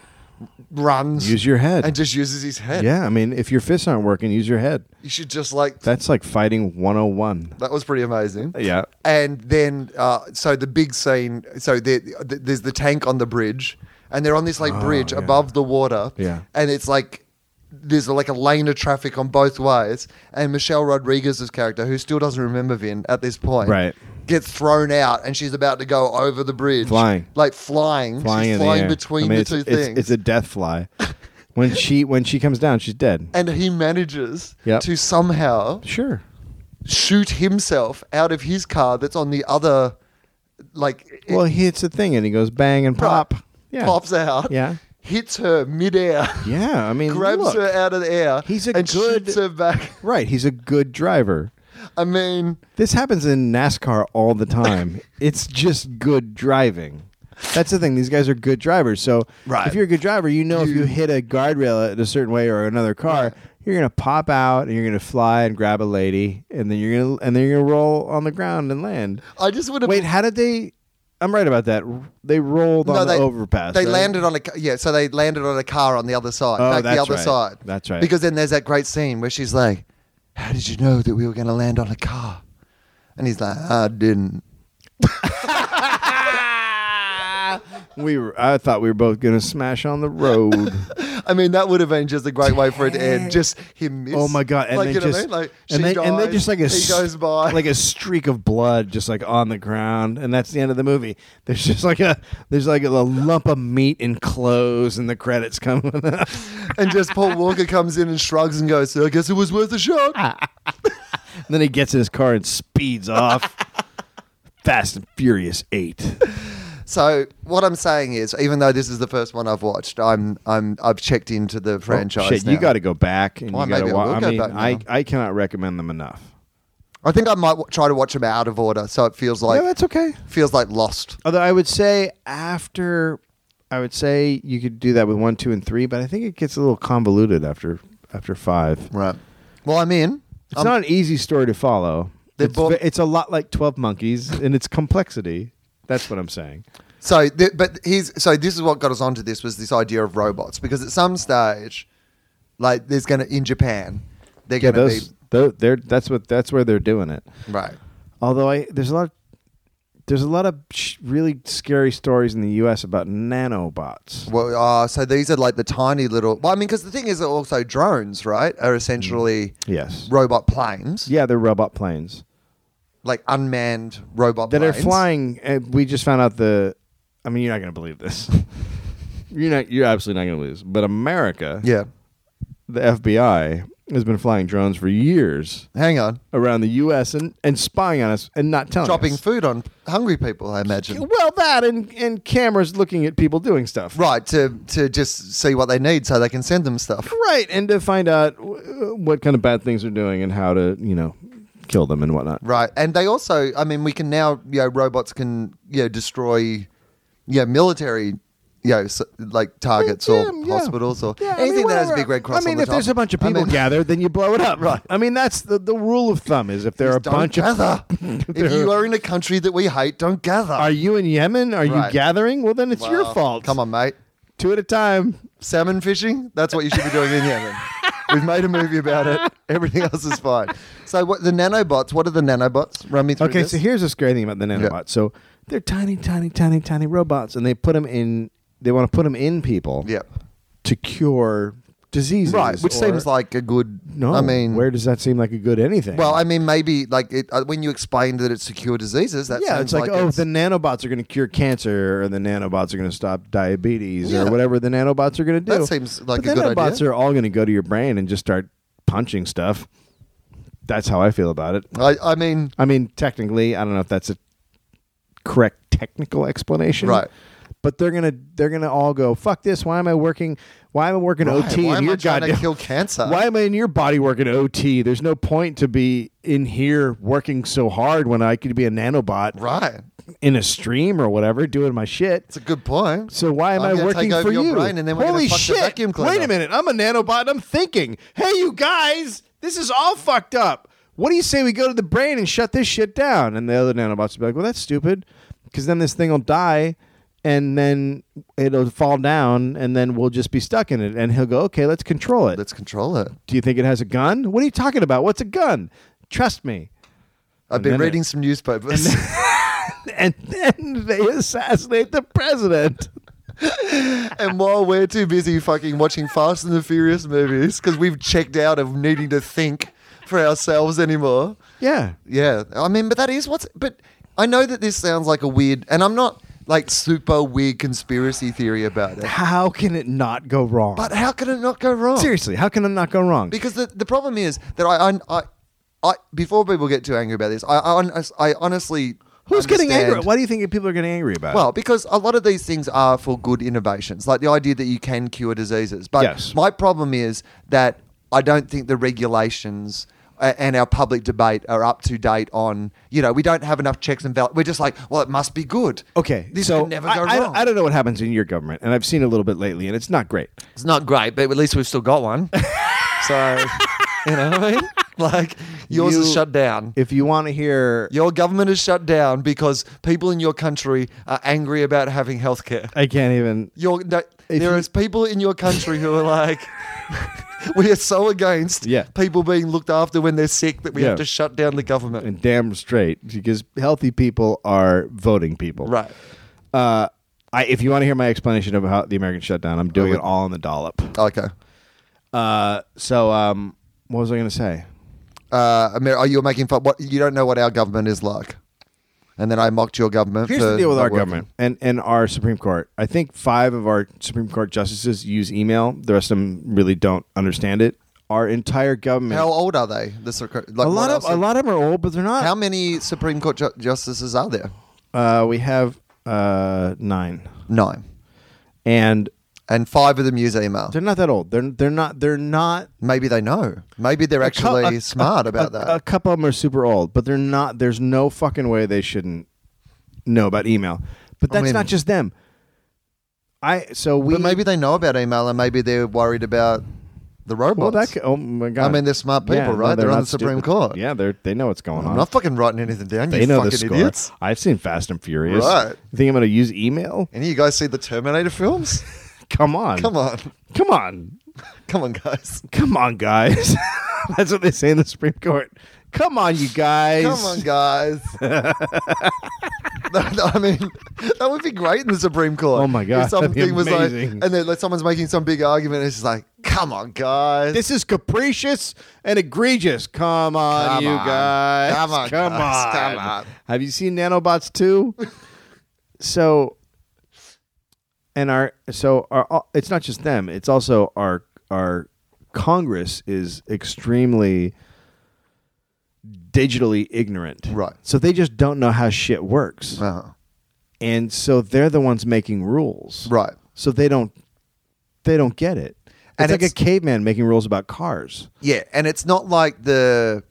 Speaker 3: runs.
Speaker 4: Use your head.
Speaker 3: and just uses his head.
Speaker 4: Yeah. I mean, if your fists aren't working, use your head.
Speaker 3: you should just like
Speaker 4: That's like fighting 101.
Speaker 3: that was pretty amazing.
Speaker 4: Yeah.
Speaker 3: And then, uh, so the big scene. So there, th- there's the tank on the bridge, and they're on this like bridge
Speaker 4: Oh, yeah.
Speaker 3: above the water.
Speaker 4: Yeah.
Speaker 3: And it's like there's like a lane of traffic on both ways, and Michelle Rodriguez's character, who still doesn't remember Vin at this point,
Speaker 4: Right.
Speaker 3: gets thrown out, and she's about to go over the bridge,
Speaker 4: Flying.
Speaker 3: like flying,
Speaker 4: flying,
Speaker 3: she's
Speaker 4: in the
Speaker 3: flying
Speaker 4: air.
Speaker 3: between
Speaker 4: I mean,
Speaker 3: the
Speaker 4: it's,
Speaker 3: two
Speaker 4: it's-
Speaker 3: things.
Speaker 4: It's a death fly. When she when she comes down, she's dead.
Speaker 3: and he manages
Speaker 4: Yep.
Speaker 3: to somehow
Speaker 4: Sure.
Speaker 3: shoot himself out of his car that's on the other, like,
Speaker 4: Well, he hits a thing and he goes bang and pop. Yeah.
Speaker 3: pops out,
Speaker 4: Yeah.
Speaker 3: hits her midair,
Speaker 4: [laughs] Yeah. I
Speaker 3: [laughs]
Speaker 4: mean,
Speaker 3: grabs
Speaker 4: look,
Speaker 3: her out of the air,
Speaker 4: He's a
Speaker 3: and
Speaker 4: good-
Speaker 3: shoots her back. [laughs]
Speaker 4: Right. He's a good driver.
Speaker 3: I mean,
Speaker 4: This happens in NASCAR all
Speaker 3: [laughs]
Speaker 4: the time. it's just good driving. That's the thing. These guys are good drivers. So
Speaker 3: Right.
Speaker 4: if you're a good driver, you know if you hit a guardrail at a certain way or another car, you're gonna pop out and you're gonna fly and grab a lady, and then you're gonna and then you're gonna roll on the ground and land.
Speaker 3: I just would have. [laughs]
Speaker 4: Wait, how did they? I'm right about that. They rolled on the overpass.
Speaker 3: They
Speaker 4: right?
Speaker 3: landed on a ca- yeah, so they landed on a car on the other side,
Speaker 4: Oh,
Speaker 3: back
Speaker 4: that's
Speaker 3: the other
Speaker 4: right.
Speaker 3: side.
Speaker 4: That's right.
Speaker 3: Because then there's that great scene where she's like, "How did you know that we were going to land on a car?" And he's like, "I didn't."
Speaker 4: We were. I thought we were both gonna smash on
Speaker 3: [laughs]
Speaker 4: the road.
Speaker 3: I mean, that would have been just a great way for it to end. Just him. Miss.
Speaker 4: Oh my god! And
Speaker 3: like,
Speaker 4: then
Speaker 3: you know what
Speaker 4: just
Speaker 3: I mean? like
Speaker 4: and,
Speaker 3: she
Speaker 4: then,
Speaker 3: dies,
Speaker 4: and then just like
Speaker 3: he
Speaker 4: a s-
Speaker 3: goes by.
Speaker 4: like a streak of blood just like on the ground, and that's the end of the movie. There's just like a there's like a, lump of meat and clothes, and the credits come. [laughs] and
Speaker 3: [laughs] and just Paul Walker comes in and shrugs and goes, "I guess it was worth a shot."
Speaker 4: then he gets in his car and speeds off. [laughs] Fast and Furious Eight.
Speaker 3: so what I'm saying is, even though this is the first one I've watched, I'm I'm I've checked into the franchise.
Speaker 4: Oh, Shit, you
Speaker 3: now.
Speaker 4: got to go back and
Speaker 3: Well,
Speaker 4: you got to
Speaker 3: maybe I will
Speaker 4: watch. I
Speaker 3: go
Speaker 4: mean,
Speaker 3: back now.
Speaker 4: I I cannot recommend them enough.
Speaker 3: I think I might w- try to watch them out of order, so it feels like
Speaker 4: no, that's okay.
Speaker 3: feels like Lost.
Speaker 4: Although I would say after, I would say you could do that with one, two, and three, but I think it gets a little convoluted after after five.
Speaker 3: Right. Well, I'm in.
Speaker 4: It's
Speaker 3: I'm-
Speaker 4: not an easy story to follow.
Speaker 3: Um, They
Speaker 4: It's,
Speaker 3: both-
Speaker 4: ve- it's a lot like Twelve Monkeys in its complexity. That's what I'm saying.
Speaker 3: so, th- but he's so this is what got us onto this was this idea of robots because at some stage, like there's going to in Japan, they're
Speaker 4: Yeah,
Speaker 3: going to
Speaker 4: those tho- they're that's what that's where they're doing it.
Speaker 3: be right.
Speaker 4: Although I there's a lot. There's a lot of sh- really scary stories in the U.S. about nanobots.
Speaker 3: Well, uh, so these are like the tiny little. Well, I mean, because the thing is, that also drones, right, are essentially
Speaker 4: Yes.
Speaker 3: robot planes,
Speaker 4: Mm. Yeah, they're robot planes.
Speaker 3: like unmanned robot
Speaker 4: that
Speaker 3: planes.
Speaker 4: are flying. And we just found out the. I mean, you're not going to believe this. [laughs] you're not. You're absolutely not going to believe this. But America,
Speaker 3: Yeah.
Speaker 4: the FBI has been flying drones for years
Speaker 3: Hang on,
Speaker 4: around the U.S. and and spying on us and not telling
Speaker 3: dropping
Speaker 4: us.
Speaker 3: food on hungry people, I imagine.
Speaker 4: well, that and and cameras looking at people doing stuff.
Speaker 3: Right, to to just see what they need so they can send them stuff.
Speaker 4: Right, and to find out w- what kind of bad things they're doing and how to you know kill them and whatnot.
Speaker 3: Right. And they also, I mean, we can now, you know, robots can, you know, destroy, you know, military, you know, s like targets or
Speaker 4: Yeah, yeah.
Speaker 3: hospitals or
Speaker 4: Yeah, I mean,
Speaker 3: anything that has a
Speaker 4: whatever.
Speaker 3: big red cross
Speaker 4: I mean,
Speaker 3: on the
Speaker 4: if there's
Speaker 3: top. Um,
Speaker 4: a bunch of
Speaker 3: I
Speaker 4: people
Speaker 3: mean,
Speaker 4: gathered, then you blow it up. Right. I mean, that's the, the rule of thumb is if there are a
Speaker 3: just don't
Speaker 4: bunch [laughs]
Speaker 3: gather.
Speaker 4: of.
Speaker 3: if you are in a country that we hate, don't gather.
Speaker 4: Are you in Yemen? Are you
Speaker 3: Right.
Speaker 4: gathering? Well, then it's your
Speaker 3: Well,
Speaker 4: fault.
Speaker 3: Come on, mate.
Speaker 4: two at a time.
Speaker 3: Salmon fishing, that's what you should be doing in Yemen. We've made a movie about it. Everything else is fine. So what the nanobots, what are the nanobots? Run me through
Speaker 4: Okay,
Speaker 3: this.
Speaker 4: so here's a scary thing about the nanobots. So they're tiny, tiny, tiny, tiny robots, and they put them in. They want to put them in people.
Speaker 3: Yep.
Speaker 4: To cure diseases.
Speaker 3: Right, which
Speaker 4: or-
Speaker 3: seems like a good
Speaker 4: no.
Speaker 3: I mean,
Speaker 4: where does that seem like a good anything?
Speaker 3: Well, I mean, maybe like it, uh, when you explained that it's to cure diseases, that
Speaker 4: yeah,
Speaker 3: sounds
Speaker 4: it's like, oh,
Speaker 3: it's-
Speaker 4: the nanobots are going to cure cancer, or the nanobots are going to stop diabetes,
Speaker 3: Yeah.
Speaker 4: or whatever the nanobots are going to do.
Speaker 3: That seems like
Speaker 4: but
Speaker 3: a good
Speaker 4: nanobots
Speaker 3: idea.
Speaker 4: are all going to go to your brain and just start punching stuff. That's how I feel about it.
Speaker 3: I, I mean,
Speaker 4: I mean, technically, I don't know if that's a correct technical explanation,
Speaker 3: Right.
Speaker 4: But they're gonna they're gonna all go fuck this. Why am I working? Why am I working
Speaker 3: Right,
Speaker 4: OT?
Speaker 3: why
Speaker 4: and
Speaker 3: am I
Speaker 4: your
Speaker 3: trying to
Speaker 4: goddamn-
Speaker 3: kill cancer?
Speaker 4: [laughs] Why am I in your body working OT? There's no point to be in here working so hard when I could be a nanobot
Speaker 3: right?
Speaker 4: in a stream or whatever doing my shit.
Speaker 3: It's a good point.
Speaker 4: So why am
Speaker 3: I'm
Speaker 4: I
Speaker 3: gonna
Speaker 4: working
Speaker 3: take over
Speaker 4: for
Speaker 3: your
Speaker 4: you?
Speaker 3: brain and then we're gonna
Speaker 4: Holy
Speaker 3: fuck the
Speaker 4: shit!
Speaker 3: vacuum cleaner.
Speaker 4: Wait a minute, I'm a nanobot. and I'm thinking, hey, you guys, this is all fucked up. What do you say we go to the brain and shut this shit down? And the other nanobots would be like, well, that's stupid, because then this thing will die, and then it'll fall down, and then we'll just be stuck in it. And he'll go, okay, let's control it.
Speaker 3: Let's control it.
Speaker 4: do you think it has a gun? What are you talking about? What's a gun? Trust me.
Speaker 3: I've been
Speaker 4: then it-
Speaker 3: reading some newspapers. [laughs]
Speaker 4: And then they assassinate
Speaker 3: [laughs]
Speaker 4: the president.
Speaker 3: And while we're too busy fucking watching Fast and the Furious movies because we've checked out of needing to think for ourselves anymore.
Speaker 4: Yeah.
Speaker 3: Yeah, I mean, but that is what's. But I know that this sounds like a weird, and I'm not. like super weird conspiracy theory about it.
Speaker 4: How can it not go wrong?
Speaker 3: But how can it not go wrong?
Speaker 4: Seriously, how can it not go wrong?
Speaker 3: Because the, the problem is that I, I, I, I before people get too angry about this, I, I, hon- I honestly.
Speaker 4: Who's getting angry?
Speaker 3: understand-
Speaker 4: Why do you think people are getting angry about
Speaker 3: Well, because a lot of these things are for good innovations, like the idea that you can cure diseases. But
Speaker 4: Yes.
Speaker 3: my problem is that I don't think the regulations a- and our public debate are up to date on. You know, we don't have enough checks and balances. We're just like, well, it must be good.
Speaker 4: it? Okay,
Speaker 3: this
Speaker 4: so
Speaker 3: can never
Speaker 4: I-
Speaker 3: go
Speaker 4: I,
Speaker 3: wrong.
Speaker 4: I don't know what happens in your government, and I've seen a little bit lately, and it's not great.
Speaker 3: It's not great, but at least we've still got
Speaker 4: [laughs]
Speaker 3: one. so, you know what I mean? Like, yours is
Speaker 4: You-
Speaker 3: shut down.
Speaker 4: If you want to hear
Speaker 3: Your government is shut down because people in your country are angry about having healthcare.
Speaker 4: I can't even.
Speaker 3: Your no,
Speaker 4: If
Speaker 3: there
Speaker 4: you-
Speaker 3: is people in your country who are like, [laughs] we are so against
Speaker 4: Yeah.
Speaker 3: people being looked after when they're sick that we
Speaker 4: Yeah.
Speaker 3: have to shut down the government.
Speaker 4: And damn straight, because healthy people are voting people.
Speaker 3: right.
Speaker 4: Uh, I, if you want to hear my explanation of how the American shutdown, I'm doing
Speaker 3: would-
Speaker 4: it all in the dollop.
Speaker 3: Okay.
Speaker 4: Uh, so, um, what was I going to say?
Speaker 3: Uh, Amer- oh, you're making fun. What you don't know what our government is like, and then I mocked your government.
Speaker 4: Here's
Speaker 3: for
Speaker 4: the deal with
Speaker 3: not
Speaker 4: our
Speaker 3: working.
Speaker 4: government and, and our Supreme Court. I think five of our Supreme Court justices use email. The rest of them really don't understand it. Our entire government.
Speaker 3: How old are they? The Supreme- like
Speaker 4: a lot
Speaker 3: what
Speaker 4: of
Speaker 3: else-
Speaker 4: a lot of them are old, but they're not.
Speaker 3: How many Supreme Court ju- justices are there?
Speaker 4: uh, we have uh, nine,
Speaker 3: Nine,
Speaker 4: and
Speaker 3: and five of them use email.
Speaker 4: they're not that old. They're they're not they're not
Speaker 3: Maybe they know. Maybe they're
Speaker 4: a cou-
Speaker 3: actually
Speaker 4: a-
Speaker 3: smart
Speaker 4: a-
Speaker 3: about
Speaker 4: a-
Speaker 3: that.
Speaker 4: A couple of them are super old, but they're not. There's no fucking way they shouldn't know about email. But
Speaker 3: I
Speaker 4: that's
Speaker 3: mean-
Speaker 4: not just them. I so we
Speaker 3: but maybe they know about email, and maybe they're worried about the robots.
Speaker 4: well that c- oh my god.
Speaker 3: I mean, they're smart people,
Speaker 4: Yeah, no,
Speaker 3: right? they're, on
Speaker 4: not
Speaker 3: the Supreme
Speaker 4: stupid.
Speaker 3: Court.
Speaker 4: Yeah, they they know what's going
Speaker 3: I'm
Speaker 4: on.
Speaker 3: not fucking writing anything down.
Speaker 4: they
Speaker 3: you
Speaker 4: know
Speaker 3: fucking
Speaker 4: the score.
Speaker 3: idiots.
Speaker 4: I've seen Fast and Furious.
Speaker 3: Right.
Speaker 4: You think I'm going to use email?
Speaker 3: Any of you guys see the Terminator
Speaker 4: [laughs]
Speaker 3: films?
Speaker 4: Come on.
Speaker 3: Come on,
Speaker 4: Come on.
Speaker 3: come on, guys.
Speaker 4: Come on, guys. [laughs] That's what they say in the Supreme Court. Come on, you guys.
Speaker 3: Come on,
Speaker 4: [laughs]
Speaker 3: guys. No, no, I mean, that would be great in the Supreme Court.
Speaker 4: Oh my God,
Speaker 3: If
Speaker 4: that'd be
Speaker 3: something was like,
Speaker 4: amazing.
Speaker 3: and then like someone's making some big argument, and it's just like, come on, guys.
Speaker 4: This is capricious and egregious. Come on,
Speaker 3: Come
Speaker 4: you
Speaker 3: on.
Speaker 4: guys.
Speaker 3: Come on,
Speaker 4: Come
Speaker 3: guys.
Speaker 4: on.
Speaker 3: Come on.
Speaker 4: Have you seen Nanobots
Speaker 3: [laughs]
Speaker 4: 2? so and our so our uh, it's not just them, it's also our our Congress is extremely digitally ignorant.
Speaker 3: Right.
Speaker 4: So they just don't know how shit works.
Speaker 3: Uh-huh.
Speaker 4: And so they're the ones making rules.
Speaker 3: Right.
Speaker 4: So they don't they don't get it. It's
Speaker 3: And
Speaker 4: like
Speaker 3: it's-
Speaker 4: a caveman making rules about cars.
Speaker 3: Yeah, and it's not like the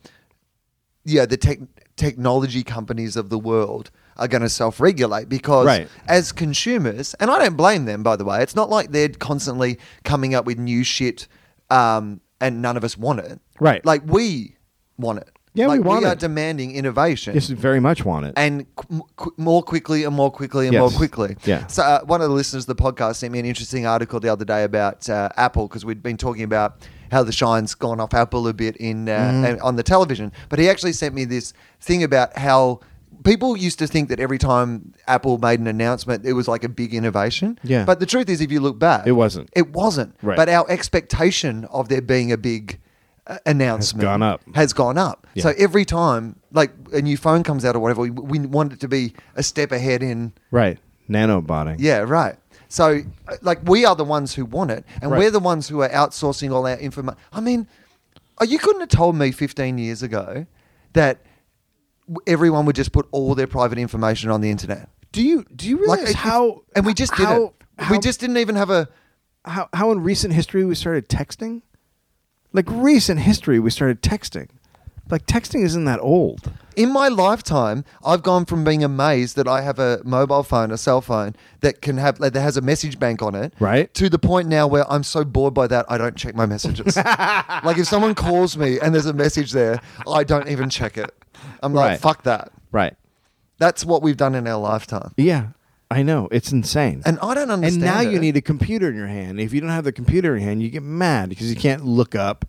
Speaker 3: yeah the tech, technology companies of the world are going to self-regulate because
Speaker 4: Right.
Speaker 3: as consumers, and I don't blame them by the way. It's not like they're constantly coming up with new shit um, and none of us want it.
Speaker 4: Right.
Speaker 3: Like we want it.
Speaker 4: Yeah, we
Speaker 3: like,
Speaker 4: want
Speaker 3: We are
Speaker 4: it.
Speaker 3: demanding innovation
Speaker 4: Yes, very much want it.
Speaker 3: and qu- qu- more quickly and more quickly and
Speaker 4: Yes.
Speaker 3: more quickly.
Speaker 4: Yeah.
Speaker 3: So uh, one of the listeners of the podcast sent me an interesting article the other day about uh, Apple because we'd been talking about how the shine's gone off Apple a bit in uh,
Speaker 4: Mm-hmm.
Speaker 3: and on the television. But he actually sent me this thing about how people used to think that every time Apple made an announcement, it was like a big innovation.
Speaker 4: Yeah.
Speaker 3: But the truth is, if you look back,
Speaker 4: It wasn't.
Speaker 3: It wasn't.
Speaker 4: Right.
Speaker 3: But our expectation of there being a big uh, announcement
Speaker 4: gone up.
Speaker 3: has gone up. So
Speaker 4: Yeah.
Speaker 3: every time, like a new phone comes out or whatever, we, we want it to be a step ahead in.
Speaker 4: Right. Nanobotting.
Speaker 3: Yeah, right. So, uh, like, we are the ones who want it, and
Speaker 4: Right.
Speaker 3: we're the ones who are outsourcing all our information. I mean, uh, you couldn't have told me 15 years ago that w- everyone would just put all their private information on the internet.
Speaker 4: Do you do you realize
Speaker 3: it-
Speaker 4: how
Speaker 3: and we just did
Speaker 4: how,
Speaker 3: it. we
Speaker 4: how-
Speaker 3: just didn't even have a
Speaker 4: how how in recent history we started texting? Like recent history we started texting. Like texting isn't that old.
Speaker 3: In my lifetime, I've gone from being amazed that I have a mobile phone, a cell phone that can have that has a message bank on it,
Speaker 4: Right.
Speaker 3: To the point now where I'm so bored by that I don't check my messages.
Speaker 4: [laughs]
Speaker 3: like if someone calls me and there's a message there, I don't even check it. I'm
Speaker 4: Right.
Speaker 3: like, fuck that.
Speaker 4: Right.
Speaker 3: That's what we've done in our lifetime,
Speaker 4: Yeah. I know. It's insane.
Speaker 3: and I don't
Speaker 4: And
Speaker 3: understand.
Speaker 4: now you
Speaker 3: it.
Speaker 4: need a computer in your hand. If you don't have the computer in your hand, you get mad because you can't look up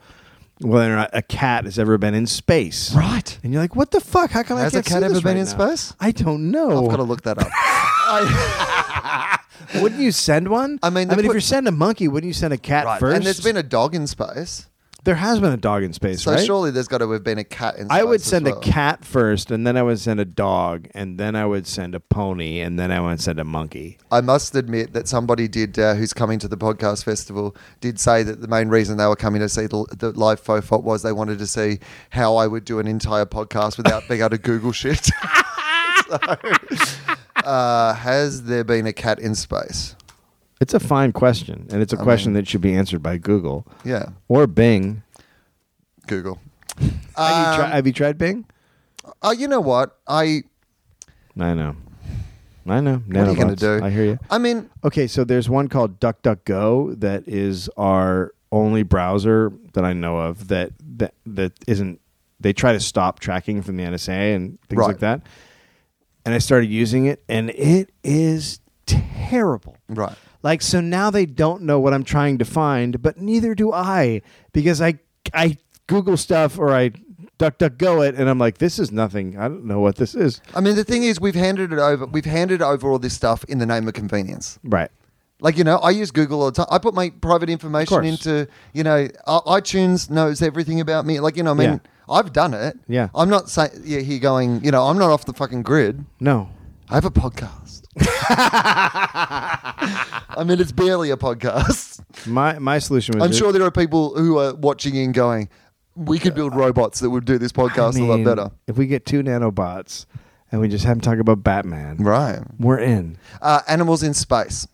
Speaker 4: whether or not a cat has ever been in space.
Speaker 3: Right.
Speaker 4: And you're like, what the fuck? How come
Speaker 3: Has
Speaker 4: I
Speaker 3: a
Speaker 4: can't see
Speaker 3: cat ever
Speaker 4: this
Speaker 3: been
Speaker 4: right
Speaker 3: in
Speaker 4: now?
Speaker 3: space?
Speaker 4: I don't know.
Speaker 3: I've got to look that
Speaker 4: [laughs]
Speaker 3: up. I-
Speaker 4: Wouldn't you send one?
Speaker 3: I mean,
Speaker 4: I
Speaker 3: they
Speaker 4: mean, if
Speaker 3: put-
Speaker 4: you send a monkey, wouldn't you send a cat
Speaker 3: Right.
Speaker 4: first?
Speaker 3: And there's been a dog in space.
Speaker 4: There has been a dog in space,
Speaker 3: So
Speaker 4: right?
Speaker 3: surely there's got to have been a cat in
Speaker 4: I would
Speaker 3: space as
Speaker 4: send
Speaker 3: well.
Speaker 4: a cat first, and then I would send a dog, and then I would send a pony, and then I would send a monkey.
Speaker 3: I must admit that somebody did, uh, who's coming to the podcast festival, did say that the main reason they were coming to see the, the live fofop was they wanted to see how I would do an entire podcast without being able to Google shit. [laughs] so, uh, has there been a cat in space?
Speaker 4: It's a fine question, and it's a question that should be answered by Google
Speaker 3: Yeah,
Speaker 4: or Bing.
Speaker 3: Google.
Speaker 4: have,
Speaker 3: Um,
Speaker 4: you tri- have you tried Bing?
Speaker 3: Oh, you know what? I
Speaker 4: I know. I know.
Speaker 3: what are you going to
Speaker 4: Nanobots.
Speaker 3: do?
Speaker 4: I hear you.
Speaker 3: I mean,
Speaker 4: Okay, so there's one called DuckDuckGo that is our only browser that I know of that that that isn't. They try to stop tracking from the NSA and things
Speaker 3: Right.
Speaker 4: like that. And I started using it, and it is terrible.
Speaker 3: Right.
Speaker 4: Like so now they don't know what I'm trying to find, but neither do I because I I Google stuff or I DuckDuckGo it, and I'm like, this is nothing. I don't know what this is.
Speaker 3: I mean, the thing is, we've handed it over. We've handed over all this stuff in the name of convenience.
Speaker 4: Right.
Speaker 3: Like you know, I use Google all the time. I put my private information
Speaker 4: course.
Speaker 3: into you know i- iTunes knows everything about me. Like you know, I mean, I've done it.
Speaker 4: Yeah.
Speaker 3: I'm not saying yeah, here going. You know, I'm not off the fucking grid.
Speaker 4: No.
Speaker 3: I have a
Speaker 4: [laughs]
Speaker 3: podcast. I mean, it's barely a podcast.
Speaker 4: My my solution was
Speaker 3: I'm
Speaker 4: just-
Speaker 3: sure there are people who are watching and going, "We could build robots that would do this podcast
Speaker 4: I
Speaker 3: a lot
Speaker 4: mean,
Speaker 3: better."
Speaker 4: If we get two nanobots and we just have them talk about Batman,
Speaker 3: Right.
Speaker 4: we're in.
Speaker 3: Uh, animals in space.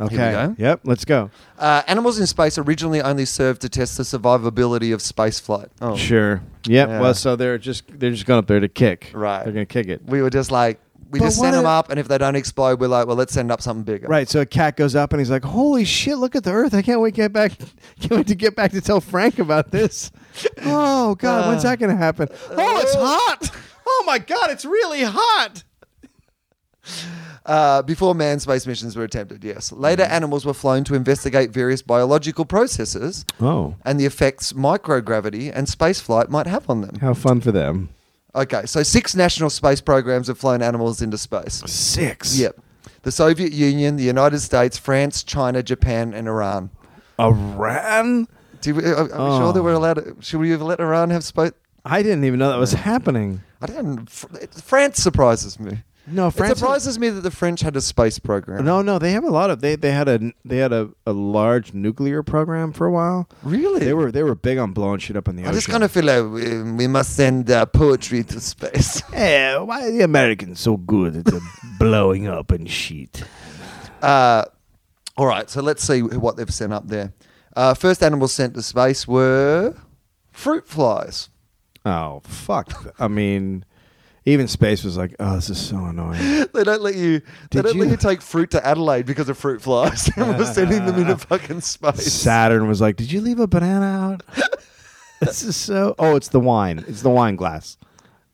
Speaker 4: Okay.
Speaker 3: go.
Speaker 4: Yep, let's go.
Speaker 3: Uh, animals in space originally only served to test the survivability of space flight. Oh.
Speaker 4: Sure. Yep.
Speaker 3: Yeah.
Speaker 4: Well, so they're just they're just going up there to kick.
Speaker 3: Right.
Speaker 4: They're going to kick it.
Speaker 3: We were just like, we
Speaker 4: But
Speaker 3: just
Speaker 4: what
Speaker 3: send them
Speaker 4: if-
Speaker 3: up, and if they don't explode, we're like, well, let's send up something bigger.
Speaker 4: Right. So a cat goes up and he's like, "Holy shit! Look at the Earth! I can't wait to get back. [laughs] Can't wait to get back to tell Frank
Speaker 3: [laughs]
Speaker 4: about this. Oh
Speaker 3: Uh.
Speaker 4: God, when's that going to happen? Oh, it's hot. Oh my God, it's really hot.
Speaker 3: Uh, before manned space missions were attempted, yes. Later, animals were flown to investigate various biological processes
Speaker 4: Oh,
Speaker 3: and the effects microgravity and space flight might have on them.
Speaker 4: how fun for them.
Speaker 3: Okay, so six national space programs have flown animals into space.
Speaker 4: Six.
Speaker 3: Yep. The Soviet Union, the United States, France, China, Japan, and Iran.
Speaker 4: Iran.
Speaker 3: Do we, are, are we sure
Speaker 4: Oh.
Speaker 3: that we're allowed? To, should we even let Iran have space?
Speaker 4: I didn't even know that was happening.
Speaker 3: I don't. Fr- France surprises me.
Speaker 4: No, France
Speaker 3: It surprises me that the French had a space program.
Speaker 4: No, no, they have a lot of they they had a they had a, a large nuclear program for a while.
Speaker 3: Really?
Speaker 4: They were they were big on blowing shit up in the
Speaker 3: I
Speaker 4: ocean.
Speaker 3: just kind of feel like we, we must send uh, poetry to space. [laughs]
Speaker 4: eh, why are the Americans so good at the blowing up and shit?
Speaker 3: All right, so let's see wh- what they've sent up there. Uh, first animals sent to space were fruit flies. [laughs]
Speaker 4: Oh fuck! I mean, even space was like, oh, this is so
Speaker 3: [laughs]
Speaker 4: annoying.
Speaker 3: They don't let you. They
Speaker 4: Did
Speaker 3: don't let
Speaker 4: you-
Speaker 3: you take fruit to Adelaide because of fruit flies. [laughs] and we're sending them into fucking space.
Speaker 4: Saturn was like, did you leave a banana out? this is so. Oh, it's the wine. It's the wine glass.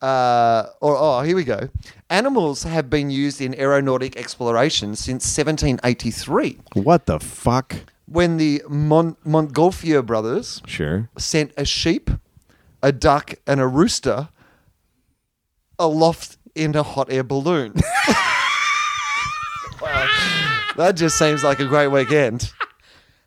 Speaker 3: Uh, or oh, here we go. Animals have been used in aeronautic exploration since 1783.
Speaker 4: What the fuck?
Speaker 3: when the Mon- Montgolfier brothers
Speaker 4: Sure.
Speaker 3: sent a sheep, a duck, and a rooster aloft in a hot air balloon. [laughs] Wow. that just seems like a great weekend.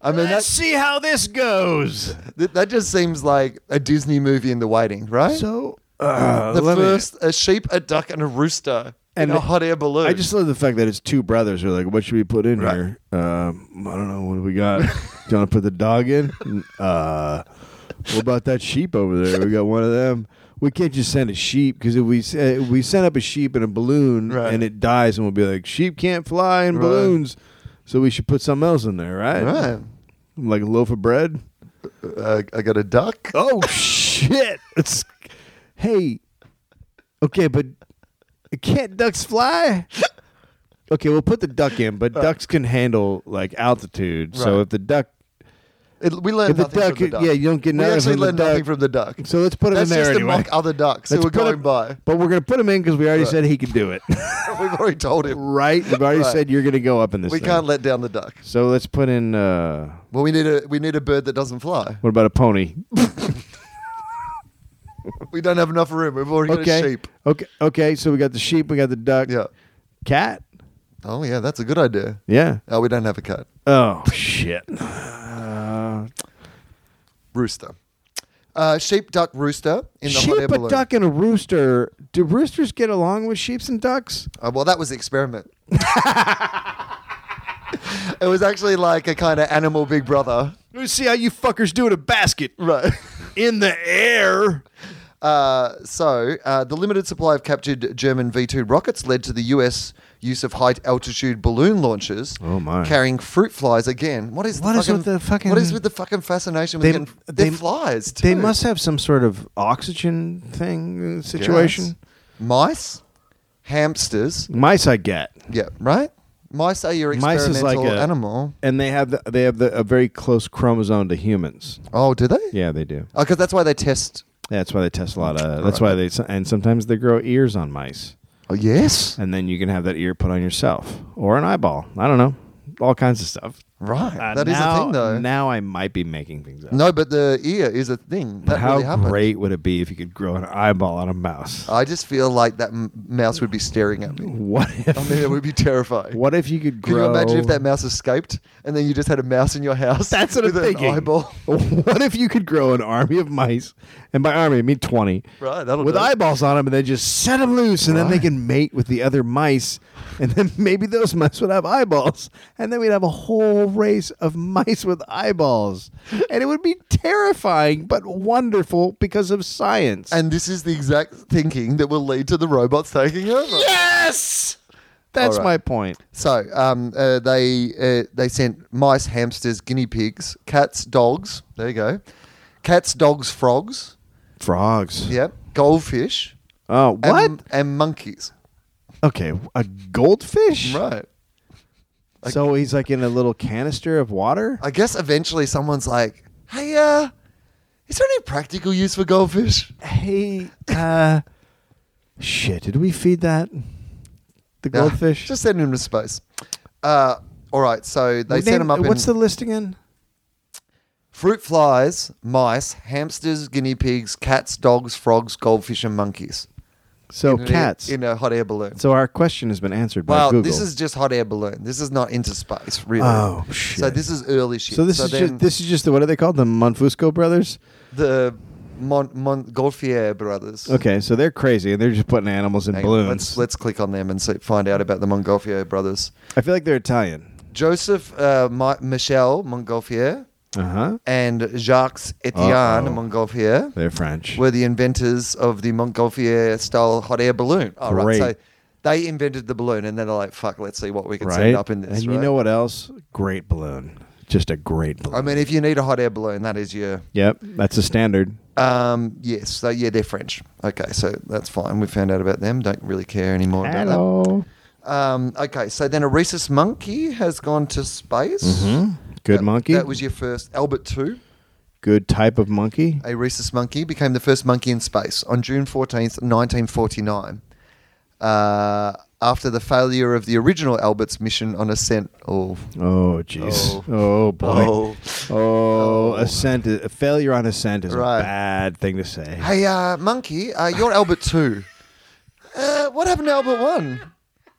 Speaker 3: I mean, that,
Speaker 4: see how this goes.
Speaker 3: that- that just seems like a Disney movie in the waiting, right?
Speaker 4: So. Uh,
Speaker 3: the
Speaker 4: let me-
Speaker 3: first, a sheep, a duck, and a rooster
Speaker 4: And
Speaker 3: in a
Speaker 4: it-
Speaker 3: hot air balloon.
Speaker 4: I just love the fact that it's two brothers. Are like, what should we put in here? Um, I don't know. What do we got? Do you want to put the dog in? Uh, what about that sheep over there? We got one of them. We can't just send a sheep because if we se- if we send up a sheep in a balloon
Speaker 3: Right.
Speaker 4: and it dies, and we'll be like, sheep can't fly in balloons, so we should put something else in there, right?
Speaker 3: Right.
Speaker 4: Like a loaf of bread.
Speaker 3: Uh, I got a duck.
Speaker 4: Oh shit! It's hey, okay, but can't ducks fly? Okay, we'll put the duck in, but ducks can handle like altitude. So
Speaker 3: Right.
Speaker 4: if the duck,
Speaker 3: It, we learned
Speaker 4: If the
Speaker 3: nothing from
Speaker 4: duck-
Speaker 3: the duck.
Speaker 4: yeah, you don't get
Speaker 3: We
Speaker 4: nothing
Speaker 3: actually
Speaker 4: from the
Speaker 3: learned nothing
Speaker 4: duck.
Speaker 3: from the duck.
Speaker 4: so let's put him
Speaker 3: That's
Speaker 4: in there
Speaker 3: just
Speaker 4: anyway.
Speaker 3: to mock other ducks
Speaker 4: Let's
Speaker 3: who are
Speaker 4: put
Speaker 3: going
Speaker 4: him-
Speaker 3: by. [laughs]
Speaker 4: but we're gonna put him in because we already said he could do it,
Speaker 3: We've already told him.
Speaker 4: right? We've already
Speaker 3: Right.
Speaker 4: said you're gonna go up in this.
Speaker 3: We
Speaker 4: thing.
Speaker 3: can't let down the duck.
Speaker 4: so let's put in. uh
Speaker 3: Well, we need a we need a bird that doesn't fly.
Speaker 4: What about a pony?
Speaker 3: We don't have enough room. We've already
Speaker 4: Okay.
Speaker 3: got a sheep.
Speaker 4: Okay. Okay. So we got the sheep. We got the duck.
Speaker 3: Yeah.
Speaker 4: Cat.
Speaker 3: Oh yeah, that's a good idea.
Speaker 4: Yeah.
Speaker 3: Oh, we don't have a cat.
Speaker 4: Oh shit. Uh,
Speaker 3: rooster. Uh, sheep, duck, rooster in the hot air
Speaker 4: Sheep, a
Speaker 3: balloon.
Speaker 4: duck, and a rooster. Do roosters get along with sheeps and ducks?
Speaker 3: Uh, well, that was the experiment. [laughs] it was actually like a kind of animal Big Brother,
Speaker 4: Let's see how you fuckers do in a basket
Speaker 3: right?
Speaker 4: in the air.
Speaker 3: Uh, so, uh, the limited supply of captured German V 2 rockets led to the US use of high altitude balloon launches
Speaker 4: Oh, my.
Speaker 3: carrying fruit flies again. What is,
Speaker 4: What
Speaker 3: the
Speaker 4: is
Speaker 3: fucking,
Speaker 4: with the fucking-
Speaker 3: What is with the fucking fascination with getting, they're flies?
Speaker 4: They
Speaker 3: too.
Speaker 4: must have some sort of oxygen thing uh, situation.
Speaker 3: Yes. Mice, hamsters.
Speaker 4: Mice, I get,
Speaker 3: Yeah, right? Mice are your
Speaker 4: Mice
Speaker 3: experimental
Speaker 4: is like a-
Speaker 3: animal.
Speaker 4: and they have the, they have the, a very close chromosome to humans.
Speaker 3: Oh, do they?
Speaker 4: Yeah, they do.
Speaker 3: because that's why they test.
Speaker 4: That's why they test a lot of. That's why they and sometimes they grow ears on mice,
Speaker 3: Oh, yes.
Speaker 4: and then you can have that ear put on yourself or an eyeball. I don't know, all kinds of stuff.
Speaker 3: Right.
Speaker 4: Uh,
Speaker 3: that is
Speaker 4: now-
Speaker 3: a thing, though.
Speaker 4: Now I might be making things up.
Speaker 3: no, but the ear is a thing. That
Speaker 4: How
Speaker 3: really happened. Uh,
Speaker 4: great would it be if you could grow an eyeball on a mouse?
Speaker 3: I just feel like that m- mouse would be staring at me. [laughs]
Speaker 4: What if?
Speaker 3: I mean, it would be terrifying.
Speaker 4: What if you could
Speaker 3: Can
Speaker 4: grow?
Speaker 3: you imagine if that mouse escaped and then you just had a mouse in your house?
Speaker 4: That's what I'm
Speaker 3: with an
Speaker 4: thinking.
Speaker 3: eyeball.
Speaker 4: What if you could grow an army of mice, and by army I mean twenty,
Speaker 3: Right, that'll
Speaker 4: with
Speaker 3: do it.
Speaker 4: eyeballs on them, and then just set them loose, and then they
Speaker 3: Right.
Speaker 4: can mate with the other mice, and then [laughs] maybe those mice would have eyeballs, and then we'd have a whole race of mice with eyeballs, and it would be terrifying but wonderful because of science.
Speaker 3: And this is the exact thinking that will lead to the robots taking over.
Speaker 4: yes, that's
Speaker 3: All right.
Speaker 4: my point.
Speaker 3: So um, uh, they uh, they sent mice, hamsters, guinea pigs, cats, dogs. There you go. Cats, dogs, frogs.
Speaker 4: Frogs.
Speaker 3: Yep. Goldfish.
Speaker 4: Oh,
Speaker 3: and-
Speaker 4: what?
Speaker 3: and monkeys.
Speaker 4: okay, a goldfish.
Speaker 3: Right.
Speaker 4: So he's like in a little canister of water.
Speaker 3: I guess eventually someone's like, "Hey, uh, is there any practical use for goldfish?"
Speaker 4: Hey, uh, shit, did we feed that? The
Speaker 3: Nah,
Speaker 4: [laughs] goldfish?
Speaker 3: just send him to space. Uh, all right, so they
Speaker 4: Name-
Speaker 3: sent him up.
Speaker 4: What's
Speaker 3: in
Speaker 4: the list again?
Speaker 3: fruit flies, mice, hamsters, guinea pigs, cats, dogs, frogs, goldfish, and monkeys.
Speaker 4: So
Speaker 3: In a-
Speaker 4: cats.
Speaker 3: in a hot air balloon.
Speaker 4: so our question has been answered by
Speaker 3: well,
Speaker 4: Google.
Speaker 3: this is just hot air balloon. This is not into space, really.
Speaker 4: Oh, shit.
Speaker 3: So this is early shit.
Speaker 4: so this is
Speaker 3: then
Speaker 4: just this is just the what are they called? The Monfusco brothers.
Speaker 3: the Mon- Montgolfier brothers.
Speaker 4: Okay, so they're crazy and they're just putting animals in
Speaker 3: Hang on,
Speaker 4: balloons.
Speaker 3: Let's let's click on them and see, find out about the Montgolfier brothers.
Speaker 4: I feel like they're Italian.
Speaker 3: Joseph uh, Mi- Michel Montgolfier
Speaker 4: Uh huh.
Speaker 3: and Jacques Etienne
Speaker 4: Uh-oh.
Speaker 3: Montgolfier
Speaker 4: They're French.
Speaker 3: were the inventors of the Montgolfier style hot air balloon. Oh, right. So
Speaker 4: Great.
Speaker 3: they invented the balloon and then they're like, fuck, let's see what we can
Speaker 4: right.
Speaker 3: set up in this.
Speaker 4: and you
Speaker 3: right?
Speaker 4: know what else? Great balloon. Just a great balloon.
Speaker 3: I mean, if you need a hot air balloon, that is your.
Speaker 4: yep, that's a standard.
Speaker 3: Um, yes, so yeah, they're French. Okay, so that's fine. We found out about them. Don't really care anymore about that.
Speaker 4: Hello.
Speaker 3: Um, okay, so then a rhesus monkey has gone to space.
Speaker 4: Hmm? Good
Speaker 3: That-
Speaker 4: Mm-hmm. monkey.
Speaker 3: That was your first Albert two.
Speaker 4: good type of monkey.
Speaker 3: A rhesus monkey became the first monkey in space on June fourteenth, nineteen forty nine. Uh, after the failure of the original Albert's mission on ascent, oh,
Speaker 4: Oh jeez. Oh. boy. Oh,
Speaker 3: Oh.
Speaker 4: ascent. Is, a failure on ascent is
Speaker 3: Right.
Speaker 4: a bad thing to say.
Speaker 3: hey, uh, monkey, uh, you're Albert two. Uh, what happened to Albert one?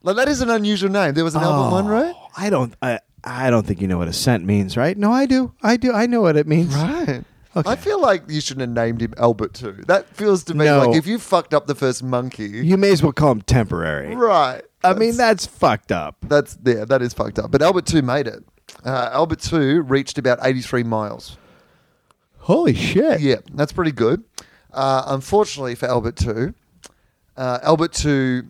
Speaker 3: Like that is an unusual name. There was an Albert one, right?
Speaker 4: Oh, I don't. I, I don't think you know what ascent means, right? No, I do. I do. I know what it means.
Speaker 3: Right.
Speaker 4: Okay.
Speaker 3: I feel like you shouldn't have named him Albert two. That feels to me
Speaker 4: No.
Speaker 3: like if you fucked up the first monkey,
Speaker 4: You may as well call him temporary.
Speaker 3: right?
Speaker 4: I mean, that's fucked up.
Speaker 3: That's yeah, that is fucked up. But Albert Two made it. Uh, Albert Two reached about eighty-three miles.
Speaker 4: Holy shit.
Speaker 3: Yeah, that's pretty good. Uh, unfortunately for Albert Two, uh, Albert Two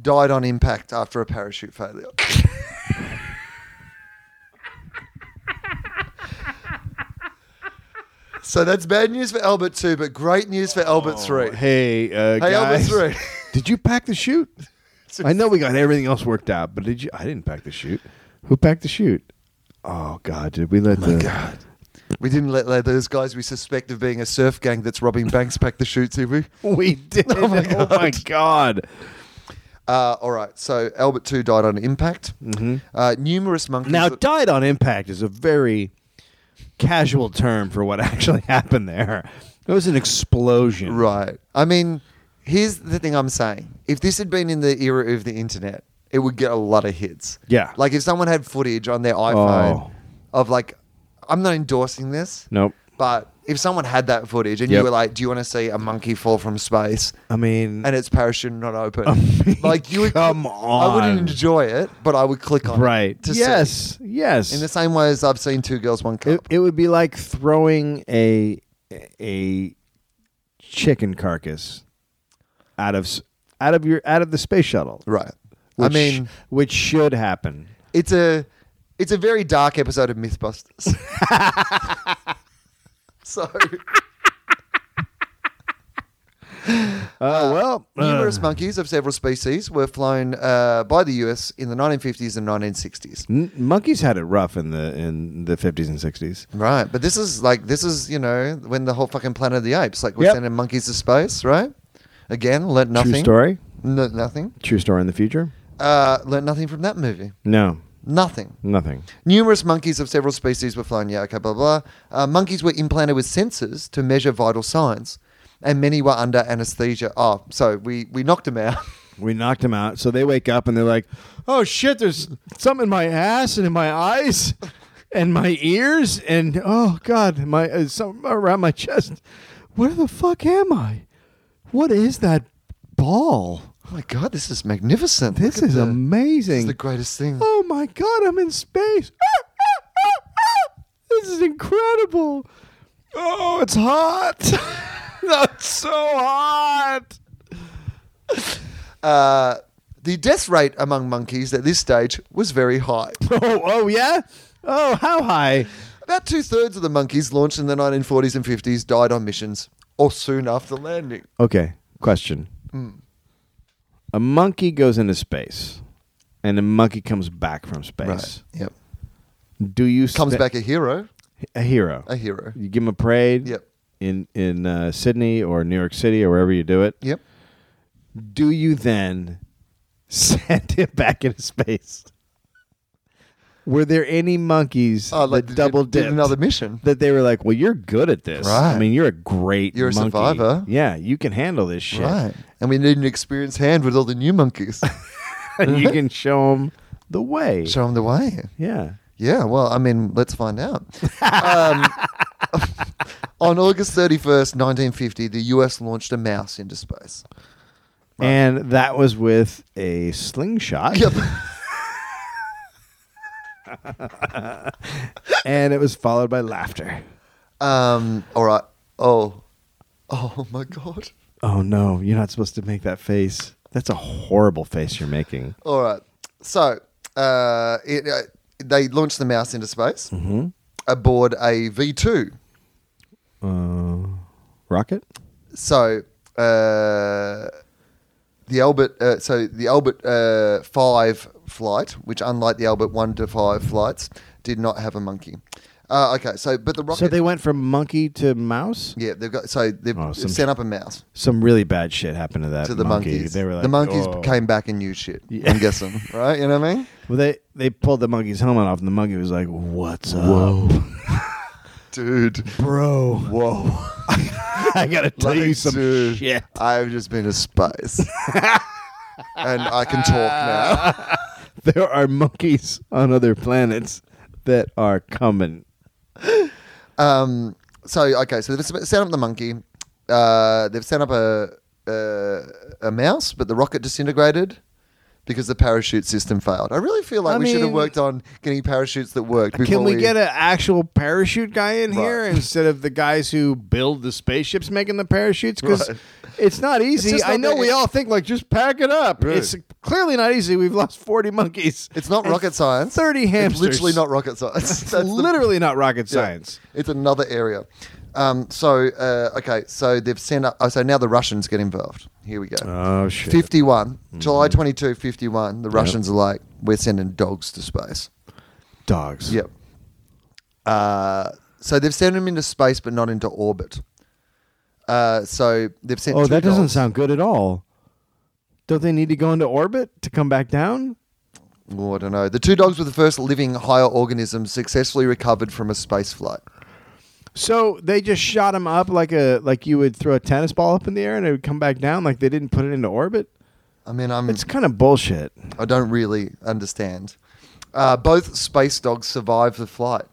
Speaker 3: died on impact after a parachute failure. [laughs] so that's bad news for Albert Two, but great news for Albert Three.
Speaker 4: Hey, uh,
Speaker 3: Hey, Albert
Speaker 4: guys. [laughs]
Speaker 3: Three.
Speaker 4: did you pack
Speaker 3: [laughs]
Speaker 4: the chute? I know we got everything else worked out, but did you? I didn't pack the chute. Who packed the chute? Oh God, did we let the? God.
Speaker 3: We didn't let let those guys we suspect of being a surf gang that's robbing banks pack the chutes, did we?
Speaker 4: [laughs] We did. Oh my god.
Speaker 3: Uh, all right. So Albert Two died on impact. Mm-hmm. Uh, numerous monkeys.
Speaker 4: Now, died on impact is a very casual term for what [laughs] actually happened there. It was an explosion.
Speaker 3: right. I mean, here's the thing I'm saying. If this had been in the era of the internet, it would get a lot of hits.
Speaker 4: Yeah.
Speaker 3: Like if someone had footage on their iPhone
Speaker 4: Oh.
Speaker 3: of like, I'm not endorsing this,
Speaker 4: Nope.
Speaker 3: But if someone had that footage and you
Speaker 4: Yep.
Speaker 3: were like, "Do you want to see a monkey fall from space?"
Speaker 4: I mean,
Speaker 3: and its parachute not open,
Speaker 4: [laughs]
Speaker 3: like you would
Speaker 4: come
Speaker 3: I
Speaker 4: on.
Speaker 3: wouldn't enjoy it, but I would click on
Speaker 4: right?
Speaker 3: it to see.
Speaker 4: yes, yes.
Speaker 3: In the same way as I've seen two girls, one cup.
Speaker 4: It, it would be like throwing a a chicken carcass out of s- out of your out of the space shuttle.
Speaker 3: right.
Speaker 4: Which-
Speaker 3: I mean,
Speaker 4: which should happen.
Speaker 3: it's a it's a very dark episode of MythBusters. [laughs] so
Speaker 4: Uh, well,
Speaker 3: numerous monkeys of several species were flown uh, by the U.S. in the 1950s and 1960s.
Speaker 4: n- monkeys had it rough in the in the fifties and sixties.
Speaker 3: Right, but this is like this is you know when the whole fucking Planet of the Apes, like we're
Speaker 4: Yep.
Speaker 3: sending monkeys to space, right? Again, learnt nothing.
Speaker 4: True story.
Speaker 3: No, nothing.
Speaker 4: True story in the future.
Speaker 3: Uh, learnt nothing from that movie.
Speaker 4: No,
Speaker 3: Nothing.
Speaker 4: nothing.
Speaker 3: Numerous monkeys of several species were flown. Yeah, okay, blah blah. blah. Uh, monkeys were implanted with sensors to measure vital signs, and many were under anesthesia. Oh, so we we knocked them out. [laughs]
Speaker 4: We knocked them out, so they wake up and they're like, "Oh shit! There's something in my ass and in my eyes, and my ears, and oh god, my uh, something around my chest. Where the fuck am I? What is that ball?
Speaker 3: oh my god, this is magnificent.
Speaker 4: This
Speaker 3: Look at
Speaker 4: is
Speaker 3: the- This
Speaker 4: amazing.
Speaker 3: is the greatest thing.
Speaker 4: oh my god, I'm in space. Ah, ah, ah, ah. This is incredible. Oh, it's hot. [laughs] That's so hot.
Speaker 3: Uh, the death rate among monkeys at this stage was very high.
Speaker 4: Oh, oh yeah. Oh, how high?
Speaker 3: About two thirds of the monkeys launched in the 1940s and 50s died on missions or soon after landing.
Speaker 4: Okay, question.
Speaker 3: Mm.
Speaker 4: A monkey goes into space, and a monkey comes back from space.
Speaker 3: Yep.
Speaker 4: Do you
Speaker 3: Comes
Speaker 4: spe-
Speaker 3: back a hero.
Speaker 4: a hero?
Speaker 3: A hero.
Speaker 4: You give him a parade.
Speaker 3: Yep.
Speaker 4: In in uh, Sydney or New York City or wherever you do it.
Speaker 3: Yep.
Speaker 4: Do you then [laughs] send him back into space? Were there any monkeys
Speaker 3: Oh, like
Speaker 4: that
Speaker 3: did-
Speaker 4: double
Speaker 3: did
Speaker 4: dipped
Speaker 3: another mission.
Speaker 4: that they were like, "Well, you're good at this. I
Speaker 3: Right.
Speaker 4: mean, you're a great.
Speaker 3: You're a
Speaker 4: monkey.
Speaker 3: survivor."
Speaker 4: Yeah, you can handle this shit.
Speaker 3: Right. And we need an experienced hand with all the new monkeys.
Speaker 4: [laughs] and you can show them the way.
Speaker 3: Show them the way.
Speaker 4: yeah.
Speaker 3: Yeah, well, I mean, let's find out. um, on August 31st, 1950, the US launched a mouse into space.
Speaker 4: And that was with a slingshot.
Speaker 3: Yep.
Speaker 4: [laughs] And it was followed by laughter.
Speaker 3: Um, all right. Oh. Oh, my God.
Speaker 4: Oh no, you're not supposed to make that face. That's a horrible face you're making.
Speaker 3: All right. So uh, it, uh, they launched the mouse into space aboard a V two.
Speaker 4: Uh, Rocket?
Speaker 3: So uh, the Albert, uh, so the Albert uh, five flight, which unlike the Albert one to five flights, did not have a monkey. Uh, okay, so but the rocket,
Speaker 4: So they went from monkey to mouse?
Speaker 3: yeah, they've got so they've
Speaker 4: Oh, some-
Speaker 3: sent up a mouse
Speaker 4: Some really bad shit happened to that
Speaker 3: to the
Speaker 4: monkey.
Speaker 3: monkeys.
Speaker 4: They were like,
Speaker 3: the monkeys
Speaker 4: "Oh."
Speaker 3: came back and knew shit.
Speaker 4: Yeah.
Speaker 3: I'm
Speaker 4: [laughs]
Speaker 3: guessing, right? You know what I mean?
Speaker 4: Well, they they pulled the monkey's helmet off, and the monkey was like, "What's up,
Speaker 3: Dude,
Speaker 4: bro? Whoa! [laughs] I gotta tell you
Speaker 3: Like,
Speaker 4: some
Speaker 3: dude,
Speaker 4: shit."
Speaker 3: I've just been a
Speaker 4: [laughs]
Speaker 3: spice. and I can talk now.
Speaker 4: there are monkeys on other planets that are coming.
Speaker 3: Um, so, okay, so they've s- set up the monkey. Uh, they've set up a, a, a mouse, but the rocket disintegrated because the parachute system failed. I really feel like
Speaker 4: I
Speaker 3: we should have
Speaker 4: mean-
Speaker 3: worked on getting parachutes that worked.
Speaker 4: Can we, get an actual parachute guy in
Speaker 3: Right.
Speaker 4: here instead of the guys who build the spaceships making the parachutes? Because
Speaker 3: Right.
Speaker 4: it's not easy.
Speaker 3: just
Speaker 4: I
Speaker 3: not
Speaker 4: know
Speaker 3: that-
Speaker 4: we all think like just pack it up.
Speaker 3: Right.
Speaker 4: It's clearly not easy. We've lost forty monkeys.
Speaker 3: It's not
Speaker 4: and
Speaker 3: rocket science.
Speaker 4: Thirty hamsters.
Speaker 3: It's literally not rocket science.
Speaker 4: It's
Speaker 3: [laughs] That's the-
Speaker 4: literally not rocket
Speaker 3: Yeah.
Speaker 4: science.
Speaker 3: It's another area. Um, so uh, okay, so they've sent up. Oh, so now the Russians get involved. Here we go.
Speaker 4: Oh, shit.
Speaker 3: Fifty-one,
Speaker 4: Mm-hmm.
Speaker 3: July 22, 51, The Russians are like, we're sending dogs to space.
Speaker 4: Dogs.
Speaker 3: Yep. Uh, so they've sent them into space, but not into orbit. Uh, so they've sent.
Speaker 4: Oh,
Speaker 3: two
Speaker 4: that doesn't
Speaker 3: dogs.
Speaker 4: sound good at all. Don't they need to go into orbit to come back down?
Speaker 3: Oh, I don't know. The two dogs were the first living higher organisms successfully recovered from a space flight.
Speaker 4: So they just shot him up like a like you would throw a tennis ball up in the air and it would come back down like they didn't put it into orbit.
Speaker 3: I mean, I'm.
Speaker 4: It's kind of bullshit.
Speaker 3: I don't really understand. Uh, both space dogs survived the flight.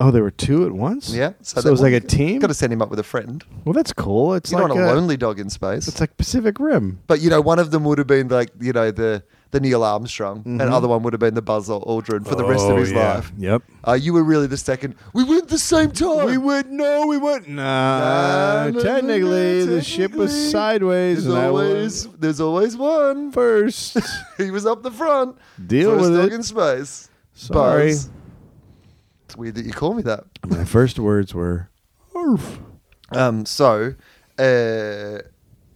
Speaker 4: Oh, there were two at once.
Speaker 3: Yeah.
Speaker 4: So, it was like a team.
Speaker 3: Got to set him up with a friend.
Speaker 4: well, that's cool. It's
Speaker 3: You're
Speaker 4: like
Speaker 3: not a
Speaker 4: a-
Speaker 3: lonely dog in space.
Speaker 4: It's like Pacific Rim.
Speaker 3: But you know, one of them would have been like you know the the Neil Armstrong, and
Speaker 4: Mm-hmm.
Speaker 3: other one would have been the Buzz Aldrin for the rest
Speaker 4: Oh,
Speaker 3: of his life.
Speaker 4: Yep.
Speaker 3: Uh, you were really the second. We went the same time.
Speaker 4: We would no, we wouldn't. Nah,
Speaker 3: Nah, nah,
Speaker 4: technically,
Speaker 3: nah, nah,
Speaker 4: the ship
Speaker 3: technically.
Speaker 4: was sideways,
Speaker 3: There's
Speaker 4: and
Speaker 3: always
Speaker 4: I
Speaker 3: there's always one. [laughs]
Speaker 4: was first.
Speaker 3: He was up the front.
Speaker 4: Deal
Speaker 3: First
Speaker 4: with
Speaker 3: dog
Speaker 4: it.
Speaker 3: in space.
Speaker 4: Sorry.
Speaker 3: Buzz. It's weird that you call me that.
Speaker 4: My first words were, "Arf."
Speaker 3: Um, so, uh,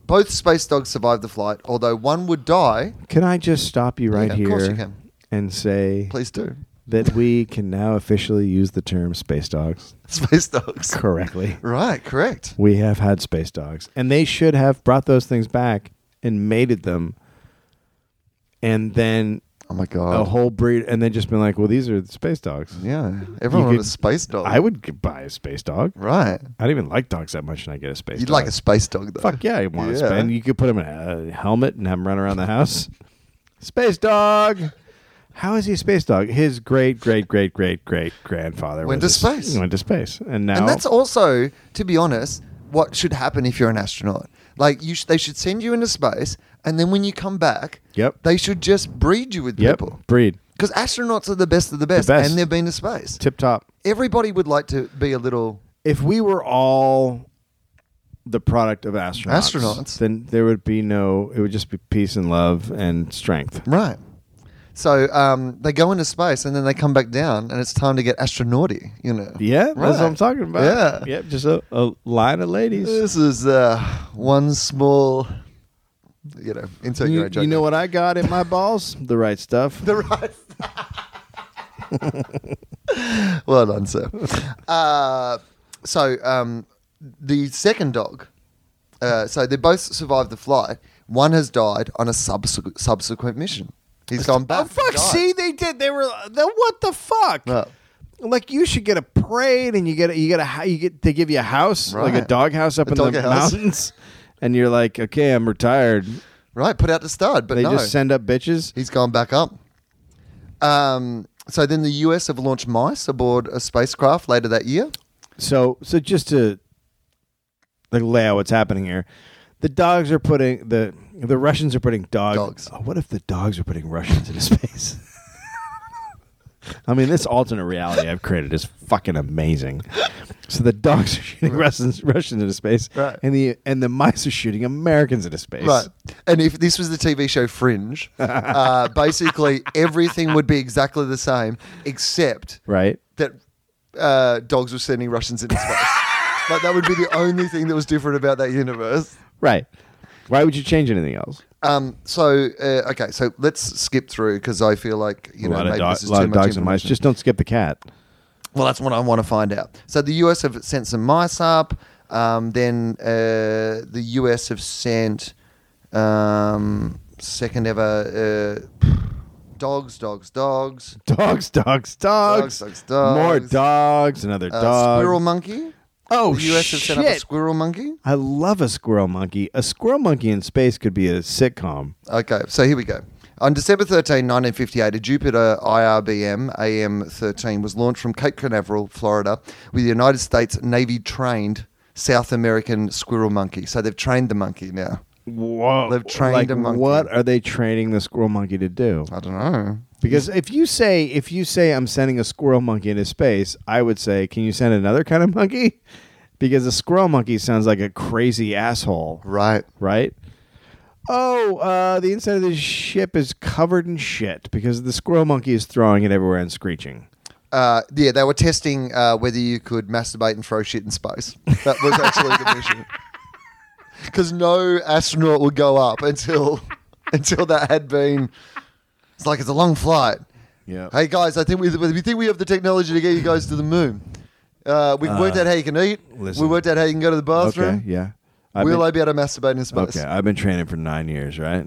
Speaker 3: both space dogs survived the flight, although one would die.
Speaker 4: "Can I just stop you right
Speaker 3: Yeah, of
Speaker 4: here?"
Speaker 3: course you can.
Speaker 4: And say
Speaker 3: Please do. [laughs]
Speaker 4: that we can now officially use the term space dogs
Speaker 3: Space dogs.
Speaker 4: correctly.
Speaker 3: Right, correct.
Speaker 4: We have had space dogs, and they should have brought those things back and mated them, and then
Speaker 3: Oh my
Speaker 4: a
Speaker 3: god.
Speaker 4: whole breed, and then just been like, "Well, these are the space dogs."
Speaker 3: yeah, everyone wanted
Speaker 4: could-
Speaker 3: a space dog.
Speaker 4: I would g- buy a space dog.
Speaker 3: right.
Speaker 4: I don't even like dogs that much, and I get a space.
Speaker 3: You'd
Speaker 4: dog.
Speaker 3: like a space dog though.
Speaker 4: fuck yeah, I want
Speaker 3: Yeah.
Speaker 4: a space. And you could put him in a helmet and have him run around the house. space dog. How is he a space dog? His great great great great great grandfather
Speaker 3: Went
Speaker 4: was
Speaker 3: to
Speaker 4: a s-
Speaker 3: space.
Speaker 4: Went to space, and now
Speaker 3: And that's also, to be honest, what should happen if you're an astronaut. Like you, sh- they should send you into space, and then when you come back,
Speaker 4: Yep.
Speaker 3: they should just breed you with
Speaker 4: yep
Speaker 3: people.
Speaker 4: breed
Speaker 3: Because astronauts are the best of the best,
Speaker 4: best.
Speaker 3: and they've been to space.
Speaker 4: tip top.
Speaker 3: Everybody would like to be a little.
Speaker 4: If we were all the product of astronauts,
Speaker 3: Astronauts.
Speaker 4: then there would be no. It would just be peace and love and strength.
Speaker 3: Right. So um, they go into space and then they come back down, and it's time to get astronauty, you know.
Speaker 4: Yeah, that's what
Speaker 3: Right.
Speaker 4: I'm talking about.
Speaker 3: Yeah.
Speaker 4: yep, just a, a line of ladies.
Speaker 3: This is uh, one small, you know, insert your
Speaker 4: You,
Speaker 3: own
Speaker 4: you
Speaker 3: joke
Speaker 4: know what I got in my balls? The right stuff.
Speaker 3: The right. well done, sir. Uh, so um, the second dog. Uh, so they both survived the flight. One has died on a subsequent, subsequent mission. He's gone back.
Speaker 4: Oh fuck!
Speaker 3: and died.
Speaker 4: See, they did. They were. They, what the fuck?
Speaker 3: Yeah.
Speaker 4: Like you should get a parade, and you get a, you get a hou- you get they give you a house like a
Speaker 3: Right.
Speaker 4: dog house up
Speaker 3: A
Speaker 4: in the
Speaker 3: dog [laughs] house.
Speaker 4: mountains, and you're like, okay, I'm retired.
Speaker 3: right, put out the stud, but
Speaker 4: They
Speaker 3: no,
Speaker 4: just send up bitches.
Speaker 3: he's gone back up. Um, so then the US have launched mice aboard a spacecraft later that year.
Speaker 4: So so just to like lay out what's happening here, the dogs are putting the the Russians are putting dogs.
Speaker 3: Dogs.
Speaker 4: Oh, what if the dogs are putting Russians into space? [laughs] I mean, this alternate reality I've created is fucking amazing. So the dogs are shooting Russians Russians into space,
Speaker 3: Right.
Speaker 4: and the and the mice are shooting Americans into space.
Speaker 3: Right. And if this was the TV show
Speaker 4: [laughs]
Speaker 3: Fringe, uh, basically everything would be exactly the same except
Speaker 4: Right.
Speaker 3: that uh, dogs were sending Russians into
Speaker 4: [laughs]
Speaker 3: space. like that would be the only thing that was different about that universe.
Speaker 4: Right. Why would you change anything else?
Speaker 3: Um, so uh, okay, so let's skip through because I feel like you
Speaker 4: a
Speaker 3: know
Speaker 4: lot of,
Speaker 3: maybe
Speaker 4: do-
Speaker 3: this is
Speaker 4: lot
Speaker 3: too
Speaker 4: of
Speaker 3: much
Speaker 4: dogs and mice.
Speaker 3: information.
Speaker 4: Just don't skip the cat.
Speaker 3: Well, that's what I want to find out. So the US have sent some mice up. Um, then uh, the US have sent um, second ever uh, dogs, dogs, dogs.
Speaker 4: Dogs, dogs, dogs,
Speaker 3: Dogs, dogs,
Speaker 4: More
Speaker 3: dogs.
Speaker 4: dogs. Another
Speaker 3: Uh,
Speaker 4: dog.
Speaker 3: Squirrel monkey.
Speaker 4: Oh
Speaker 3: the US have
Speaker 4: shit!
Speaker 3: sent up a squirrel monkey.
Speaker 4: I love a squirrel monkey. A squirrel monkey in space could be a sitcom.
Speaker 3: Okay, so here we go. On December 13, 1958, a Jupiter IRBM AM 13 was launched from Cape Canaveral, Florida, with the United States Navy trained South American squirrel monkey. So they've trained the monkey now.
Speaker 4: Whoa!
Speaker 3: They've trained
Speaker 4: like,
Speaker 3: a monkey.
Speaker 4: What are they training the squirrel monkey to do?
Speaker 3: I don't know.
Speaker 4: Because if you say if you say I'm sending a squirrel monkey into space, I would say, can you send another kind of monkey? [laughs] Because a squirrel monkey sounds like a crazy asshole,
Speaker 3: Right.
Speaker 4: right? Oh, uh, the inside of the ship is covered in shit because the squirrel monkey is throwing it everywhere and screeching.
Speaker 3: Uh, yeah, they were testing uh, whether you could masturbate and throw shit in space. That was actually the [laughs] mission. Because no astronaut would go up until [laughs] until that had been. It's like it's a long flight.
Speaker 4: Yeah.
Speaker 3: Hey guys, I think we, we think we have the technology to get you guys to the moon. Uh, we worked out how you can eat.
Speaker 4: listen.
Speaker 3: We worked out how you can go to the bathroom.
Speaker 4: Okay. Yeah. I've
Speaker 3: Will
Speaker 4: been-
Speaker 3: I be able to masturbate in space?
Speaker 4: Okay, I've been training for nine years, right?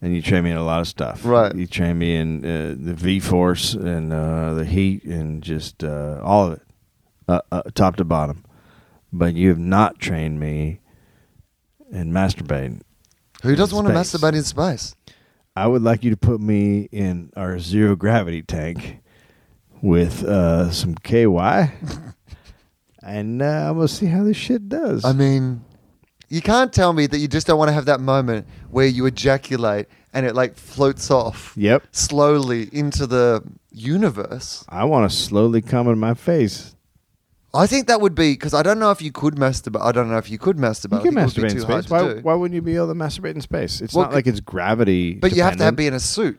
Speaker 4: And you train me in a lot of stuff,
Speaker 3: Right.
Speaker 4: You train me in uh, the V force and uh, the heat and just uh, all of it, uh, uh, top to bottom. But you have not trained me in masturbating.
Speaker 3: Who doesn't want to
Speaker 4: Space.
Speaker 3: masturbate in space?
Speaker 4: I would like you to put me in our zero gravity tank with uh, some
Speaker 3: [laughs]
Speaker 4: KY, and uh, we'll see how this shit does.
Speaker 3: I mean, you can't tell me that you just don't want to have that moment where you ejaculate and it like floats off
Speaker 4: Yep.
Speaker 3: slowly into the universe.
Speaker 4: I want to slowly come in my face.
Speaker 3: I think that would be because I don't know if you could masturbate. I don't know if you could masturbate. I
Speaker 4: you
Speaker 3: think it would
Speaker 4: can masturbate
Speaker 3: be
Speaker 4: in
Speaker 3: too hard
Speaker 4: space.
Speaker 3: to
Speaker 4: Why,
Speaker 3: do.
Speaker 4: why wouldn't you be able to masturbate in space? It's
Speaker 3: Well,
Speaker 4: not like it's gravity.
Speaker 3: but you have to have,
Speaker 4: dependent.
Speaker 3: be in a suit.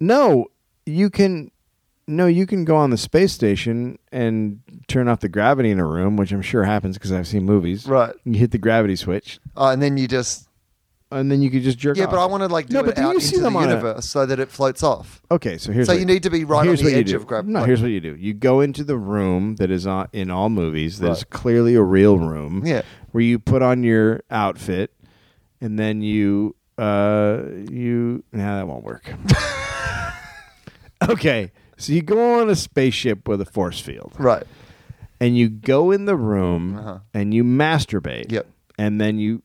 Speaker 4: No, you can. No, you can go on the space station and turn off the gravity in a room, which I'm sure happens because I've seen movies.
Speaker 3: Right.
Speaker 4: You hit the gravity switch,
Speaker 3: Uh, and then you just.
Speaker 4: and then you could just jerk
Speaker 3: Yeah,
Speaker 4: off.
Speaker 3: but I want to like do
Speaker 4: No,
Speaker 3: it
Speaker 4: but do
Speaker 3: out
Speaker 4: you see
Speaker 3: into the
Speaker 4: them on a-
Speaker 3: universe so that it floats off.
Speaker 4: Okay, so here's
Speaker 3: So
Speaker 4: what-
Speaker 3: you need to be right on
Speaker 4: here's
Speaker 3: the
Speaker 4: what you
Speaker 3: edge
Speaker 4: do.
Speaker 3: of gravity.
Speaker 4: No, here's what you do. You go into the room that is on, in all movies that is clearly a real room.
Speaker 3: Yeah.
Speaker 4: where you put on your outfit, and then you uh you nah that won't
Speaker 3: [laughs]
Speaker 4: work. okay, so you go on a spaceship with a force field,
Speaker 3: Right.
Speaker 4: and you go in the room and you masturbate.
Speaker 3: Uh-huh. Yep.
Speaker 4: And then you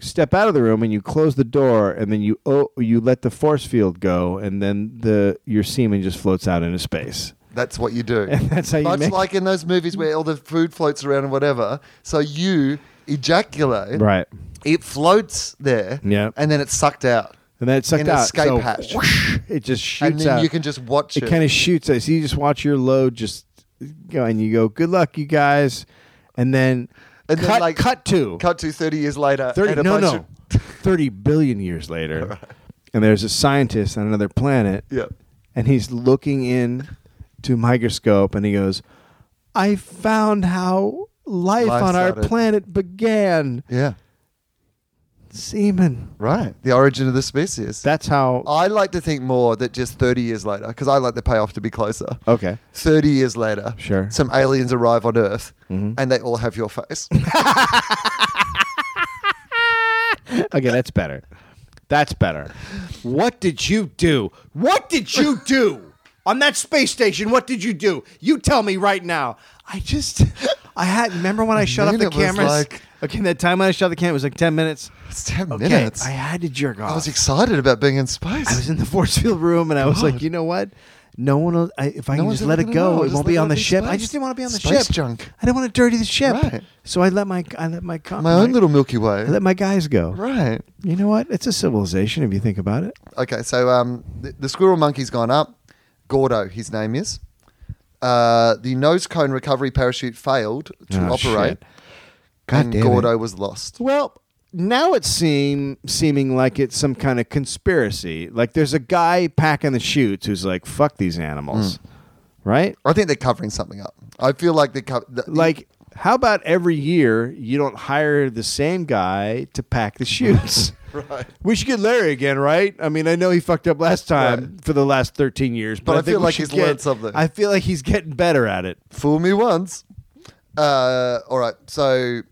Speaker 4: step out of the room and you close the door and then you oh you let the force field go and then the your semen just floats out into space. [laughs]
Speaker 3: That's what you do.
Speaker 4: And that's how you
Speaker 3: Much
Speaker 4: make-
Speaker 3: like in those movies where all the food floats around and whatever. So you ejaculate.
Speaker 4: Right.
Speaker 3: It floats there.
Speaker 4: Yep.
Speaker 3: And then it's sucked out.
Speaker 4: And then it's sucked
Speaker 3: In an
Speaker 4: out.
Speaker 3: escape
Speaker 4: so
Speaker 3: hatch.
Speaker 4: whoosh, it just shoots
Speaker 3: and then
Speaker 4: out.
Speaker 3: you can just watch it.
Speaker 4: it kind of shoots out. So you just watch your load just go and you go, Good luck, you guys. And then,
Speaker 3: And
Speaker 4: cut,
Speaker 3: then, like,
Speaker 4: cut to
Speaker 3: Cut to 30 years later.
Speaker 4: 30
Speaker 3: and a
Speaker 4: no
Speaker 3: bunch
Speaker 4: no
Speaker 3: of-
Speaker 4: [laughs] 30 billion years later and there's a scientist on another planet
Speaker 3: Yeah.
Speaker 4: and he's looking in to a microscope and he goes i found how life,
Speaker 3: Life
Speaker 4: on our
Speaker 3: started."
Speaker 4: planet began
Speaker 3: Yeah.
Speaker 4: semen
Speaker 3: Right. The origin of the species.
Speaker 4: that's how
Speaker 3: I like to think more that just 30 years later, because I like the payoff to be closer.
Speaker 4: okay
Speaker 3: 30 years later,
Speaker 4: Oh. Sure. Mm-hmm.
Speaker 3: some aliens arrive on Earth and they all have your face.
Speaker 4: okay that's better that's better what did you do what did you do on that space station what did you do you tell me right now i just i had remember when i shut off
Speaker 3: Man,
Speaker 4: the
Speaker 3: it was
Speaker 4: cameras
Speaker 3: like-
Speaker 4: okay that time when i shut off the camera it was like 10 minutes
Speaker 3: it's 10
Speaker 4: Okay,
Speaker 3: minutes.
Speaker 4: I had to jerk off.
Speaker 3: I was excited about being in space.
Speaker 4: I was in the force field room, and I was like, you know what? No one will. I, if I can
Speaker 3: one's
Speaker 4: just
Speaker 3: ever
Speaker 4: let it
Speaker 3: gonna
Speaker 4: go,
Speaker 3: know.
Speaker 4: it
Speaker 3: Just
Speaker 4: won't
Speaker 3: let
Speaker 4: be
Speaker 3: it
Speaker 4: on the
Speaker 3: be
Speaker 4: ship. I
Speaker 3: space-
Speaker 4: just didn't want to be on the
Speaker 3: space
Speaker 4: ship.
Speaker 3: junk.
Speaker 4: I didn't want to dirty the ship.
Speaker 3: Right.
Speaker 4: So I let my I let my com-
Speaker 3: My own little Milky Way.
Speaker 4: I let my guys go.
Speaker 3: Right.
Speaker 4: You know what? It's a civilization if you think about it.
Speaker 3: Okay, so um, the, the squirrel monkey's gone up. Gordo, his name is. Uh, the nose cone recovery parachute failed to
Speaker 4: Oh,
Speaker 3: operate,
Speaker 4: shit. God
Speaker 3: and
Speaker 4: damn it.
Speaker 3: Gordo was lost.
Speaker 4: Well, now it's seem seeming like it's some kind of conspiracy. Like there's a guy packing the chutes who's like, fuck these animals,
Speaker 3: Hmm.
Speaker 4: right?
Speaker 3: I think they're covering something up. I feel like they're co- the,
Speaker 4: like how about every year you don't hire the same guy to pack
Speaker 3: [laughs]
Speaker 4: the shoots? right. We should get Larry again, right? I mean, I know he fucked up last time for the last 13 years, but,
Speaker 3: But I
Speaker 4: think
Speaker 3: feel
Speaker 4: we
Speaker 3: like he's
Speaker 4: should get-
Speaker 3: learned something.
Speaker 4: I feel like he's getting better at it.
Speaker 3: fool me once. Uh, all right, so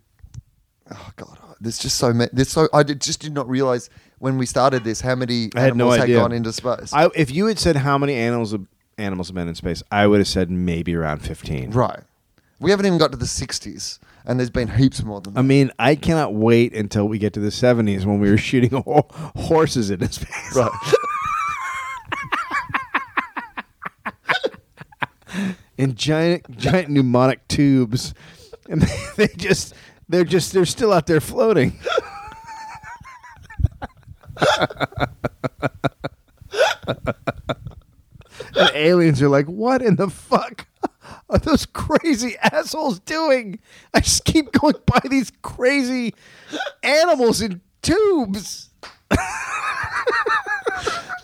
Speaker 3: oh god, there's just so many. There's so I did, just did not realize when we started this how many
Speaker 4: I had no
Speaker 3: animals had
Speaker 4: idea.
Speaker 3: gone into space.
Speaker 4: I, if you had said how many animals animals have been in space, I would have said maybe around 15.
Speaker 3: right, we haven't even got to the '60s, and there's been heaps more than that.
Speaker 4: I mean, I cannot wait until we get to the 70s when we were [laughs] shooting ho- horses in space. Right. [laughs] in giant giant pneumonic tubes and [laughs] they, they just they're just they're still out there floating. and aliens are like, "What in the fuck [laughs] are those crazy assholes doing? I just keep going by these crazy animals in tubes." [laughs]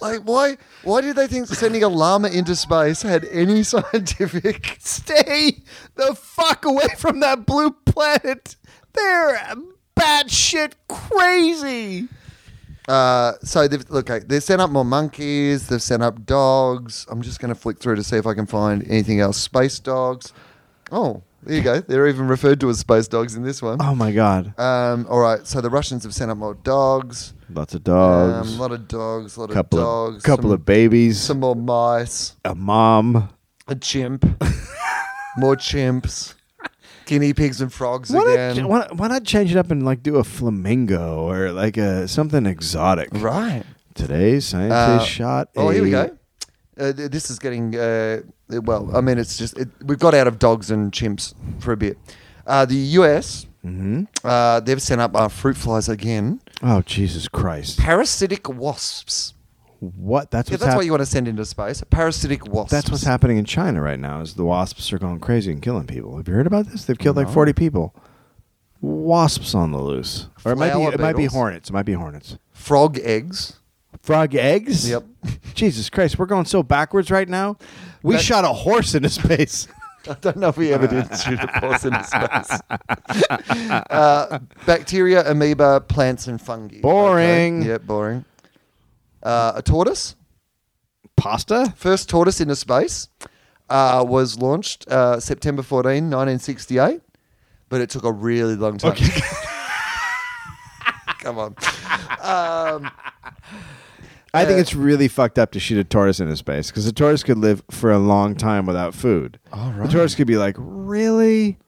Speaker 3: Like, why? Why did they think sending a llama into space had any [laughs] scientific?
Speaker 4: Stay the fuck away from that blue planet. They're batshit crazy.
Speaker 3: Uh, so they've look. okay, They've sent up more monkeys. They've sent up dogs. I'm just going to flick through to see if I can find anything else. Space dogs. Oh, there you go. They're even referred to as space dogs in this one.
Speaker 4: Oh my god.
Speaker 3: Um, all right. So the Russians have sent up more dogs.
Speaker 4: Lots of
Speaker 3: Um,
Speaker 4: dogs.
Speaker 3: a lot of dogs. A lot
Speaker 4: couple
Speaker 3: of dogs.
Speaker 4: of couple
Speaker 3: some,
Speaker 4: of babies.
Speaker 3: Some more mice.
Speaker 4: a mom.
Speaker 3: A chimp. more chimps. Guinea pigs and frogs
Speaker 4: Why
Speaker 3: again.
Speaker 4: not, why, why not change it up and like do a flamingo or like a something exotic?
Speaker 3: right.
Speaker 4: Today, scientists
Speaker 3: Uh,
Speaker 4: shot.
Speaker 3: Oh,
Speaker 4: a
Speaker 3: here we go. Uh, th- this is getting uh, well. I mean, it's just it, we've got out of dogs and chimps for a bit. Uh, the US,
Speaker 4: Mm-hmm.
Speaker 3: uh, they've sent up uh, fruit flies again.
Speaker 4: Oh Jesus Christ!
Speaker 3: Parasitic wasps.
Speaker 4: What? That's
Speaker 3: Yeah,
Speaker 4: what's
Speaker 3: that's
Speaker 4: hap-
Speaker 3: what you want to send into space. Parasitic wasps.
Speaker 4: That's what's happening in China right now. Is the wasps are going crazy and killing people? Have you heard about this? They've killed like forty people. Wasps on the loose, or it might be
Speaker 3: Flower
Speaker 4: it might be
Speaker 3: beetles.
Speaker 4: hornets. It might be hornets.
Speaker 3: Frog eggs.
Speaker 4: Frog eggs.
Speaker 3: Yep.
Speaker 4: [laughs] Jesus Christ, we're going so backwards right now. We
Speaker 3: That-
Speaker 4: shot a horse into space.
Speaker 3: [laughs] I don't know if we ever
Speaker 4: [laughs]
Speaker 3: did shoot a force into space. uh, bacteria, amoeba, plants, and fungi.
Speaker 4: Boring.
Speaker 3: Okay. Yeah, boring. Uh, a tortoise.
Speaker 4: Pasta.
Speaker 3: First tortoise into space uh, was launched uh, September 14, 1968, but it took a really long time. [laughs]
Speaker 4: [laughs]
Speaker 3: Come on.
Speaker 4: I
Speaker 3: Uh,
Speaker 4: think it's really fucked up to shoot a tortoise into space because a tortoise could live for a long time without food. All right. The tortoise could be like, really?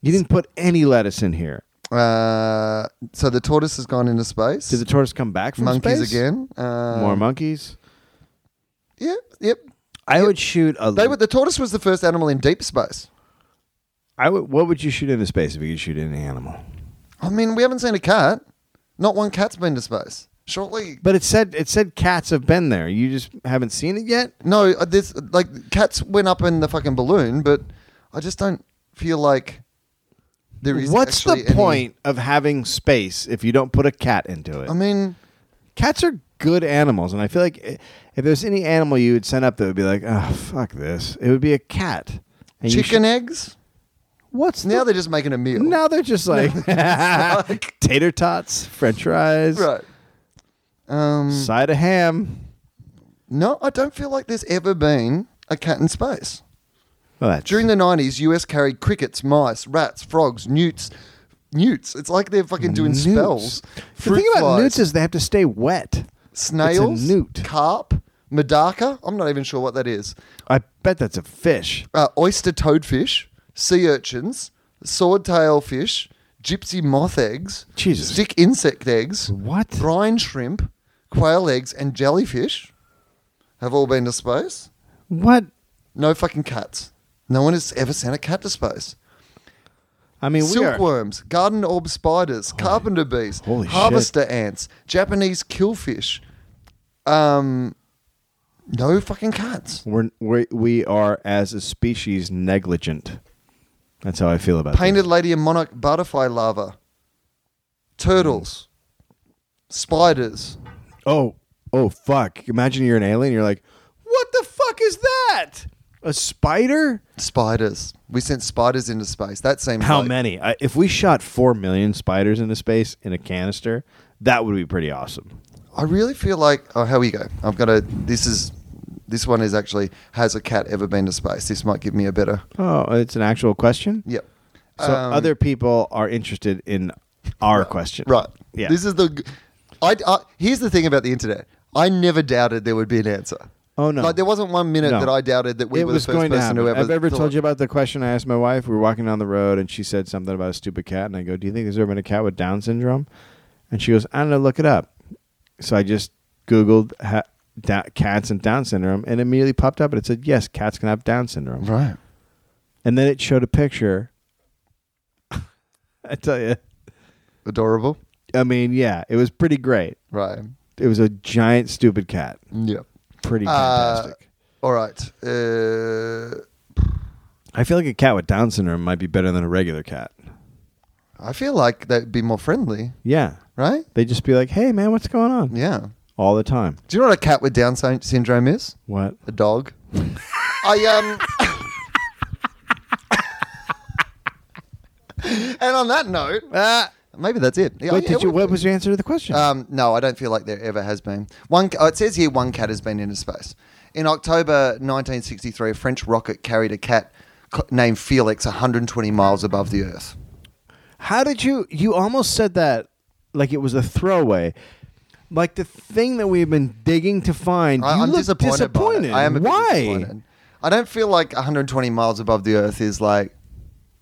Speaker 4: You didn't put any lettuce in here.
Speaker 3: Uh, so the tortoise has gone into space.
Speaker 4: Did the tortoise come back from
Speaker 3: Monkeys
Speaker 4: space?
Speaker 3: again. Uh,
Speaker 4: More monkeys.
Speaker 3: Yeah, yep.
Speaker 4: Um, I would shoot a.
Speaker 3: They were, the tortoise was the first animal in deep space.
Speaker 4: I would. What would you shoot into space if you could shoot any animal?
Speaker 3: I mean, we haven't seen a cat. Not one cat's been to space. Shortly,
Speaker 4: But it said it said cats have been there. You just haven't seen it yet.
Speaker 3: no. uh, This like cats went up in the fucking balloon, but I just don't feel like there is.
Speaker 4: What's the
Speaker 3: actually any-
Speaker 4: point of having space if you don't put a cat into it?
Speaker 3: I mean,
Speaker 4: cats are good animals, and I feel like i- if there's any animal you would send up that would be like, oh fuck this, it would be a cat. And you
Speaker 3: chicken
Speaker 4: should-
Speaker 3: eggs.
Speaker 4: what's
Speaker 3: Now
Speaker 4: the-
Speaker 3: they're just making a meal.
Speaker 4: now
Speaker 3: [laughs]
Speaker 4: they're just like [laughs] tater tots, French fries,
Speaker 3: right? Um,
Speaker 4: side of ham.
Speaker 3: no, I don't feel like there's ever been a cat in space.
Speaker 4: Well, that's
Speaker 3: During the 90s, US carried crickets, mice, rats, frogs, newts. Newts. It's like they're fucking doing
Speaker 4: newts.
Speaker 3: spells.
Speaker 4: the
Speaker 3: Fruit
Speaker 4: thing about
Speaker 3: flies,
Speaker 4: newts is they have to stay wet.
Speaker 3: snails,
Speaker 4: newt.
Speaker 3: carp, medaka. I'm not even sure what that is.
Speaker 4: I bet that's a fish.
Speaker 3: Uh, oyster toadfish, sea urchins, swordtail fish, gypsy moth eggs,
Speaker 4: Jesus.
Speaker 3: stick insect eggs,
Speaker 4: What?
Speaker 3: brine shrimp, quail eggs, and jellyfish have all been to space.
Speaker 4: What?
Speaker 3: No fucking cats. No one has ever sent a cat to space.
Speaker 4: I mean, we are. Oh.
Speaker 3: Silkworms, garden orb spiders, carpenter bees,
Speaker 4: holy
Speaker 3: harvester ants, Japanese killfish. Um, no fucking cats.
Speaker 4: We're, we we are as a species negligent. That's how I feel about
Speaker 3: Painted lady and monarch butterfly larva, turtles, spiders.
Speaker 4: This. Oh oh fuck! Imagine you're an alien. You're like, what the fuck is that? A spider?
Speaker 3: Spiders. We sent spiders into space. That seems
Speaker 4: How
Speaker 3: like-
Speaker 4: many? I, if we shot four million spiders into space in a canister, that would be pretty awesome.
Speaker 3: I really feel like. Oh, here we go. I've got a. This is. This one is actually. Has a cat ever been to space? This might give me a better.
Speaker 4: Oh, it's an actual question.
Speaker 3: Yep.
Speaker 4: So other people are interested in our question,
Speaker 3: Right.
Speaker 4: Yeah.
Speaker 3: This is the. I, I here's the thing about the internet. I never doubted there would be an answer.
Speaker 4: Oh, no.
Speaker 3: Like there wasn't one minute
Speaker 4: No.
Speaker 3: that I doubted that we
Speaker 4: it
Speaker 3: were the
Speaker 4: was
Speaker 3: first
Speaker 4: going to
Speaker 3: person
Speaker 4: happen.
Speaker 3: who ever.
Speaker 4: I've ever
Speaker 3: thought-
Speaker 4: told you about the question I asked my wife. We were walking down the road, and she said something about a stupid cat, and I go, "Do you think there's ever been a cat with Down syndrome?" And she goes, "I don't know. Look it up." So I just googled ha- da- cats and Down syndrome, and immediately popped up, and it said, "Yes, cats can have Down syndrome."
Speaker 3: Right.
Speaker 4: And then it showed a picture. [laughs] I tell you,
Speaker 3: Adorable.
Speaker 4: I mean, yeah, it was pretty great.
Speaker 3: Right.
Speaker 4: It was a giant stupid cat.
Speaker 3: Yep.
Speaker 4: Pretty
Speaker 3: Uh,
Speaker 4: fantastic.
Speaker 3: All right. Uh,
Speaker 4: I feel like a cat with Down syndrome might be better than a regular cat.
Speaker 3: I feel like that'd be more friendly,
Speaker 4: Yeah.
Speaker 3: right?
Speaker 4: They just be like, "Hey, man, what's going on?"
Speaker 3: Yeah.
Speaker 4: All the time.
Speaker 3: Do you know what a cat with Down syn- syndrome is?
Speaker 4: What?
Speaker 3: A dog. [laughs] I um. [laughs] and on that note, uh, maybe that's it. Yeah,
Speaker 4: Wait,
Speaker 3: yeah,
Speaker 4: did you?
Speaker 3: we've-
Speaker 4: What was your answer to the question?
Speaker 3: Um, no, I don't feel like there ever has been. One. Oh, it says here one cat has been into space. In October 1963, a French rocket carried a cat co- named Felix 120 miles above the Earth.
Speaker 4: How did you? You almost said that like it was a throwaway. Like the thing that we've been digging to find.
Speaker 3: I,
Speaker 4: you
Speaker 3: am
Speaker 4: look
Speaker 3: disappointed. by it.
Speaker 4: disappointed.
Speaker 3: I am a bit
Speaker 4: Why?
Speaker 3: disappointed. I don't feel like 120 miles above the Earth is like.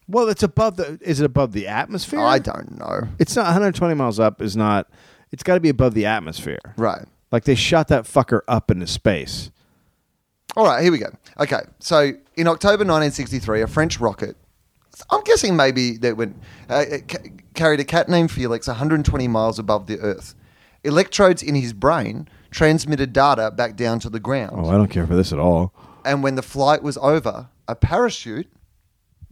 Speaker 4: Well, it's above the. Is it above the atmosphere?
Speaker 3: Oh, I don't know.
Speaker 4: It's not 120 miles up. Is not. It's got to be above the atmosphere.
Speaker 3: Right.
Speaker 4: Like they shot that fucker up into space.
Speaker 3: All right, here we go. Okay, so in October 1963, a French rocket, I'm guessing maybe that went, uh, it ca- carried a cat named Felix 120 miles above the Earth. Electrodes in his brain transmitted data back down to the ground.
Speaker 4: Oh, I don't care for this at all.
Speaker 3: And when the flight was over, a parachute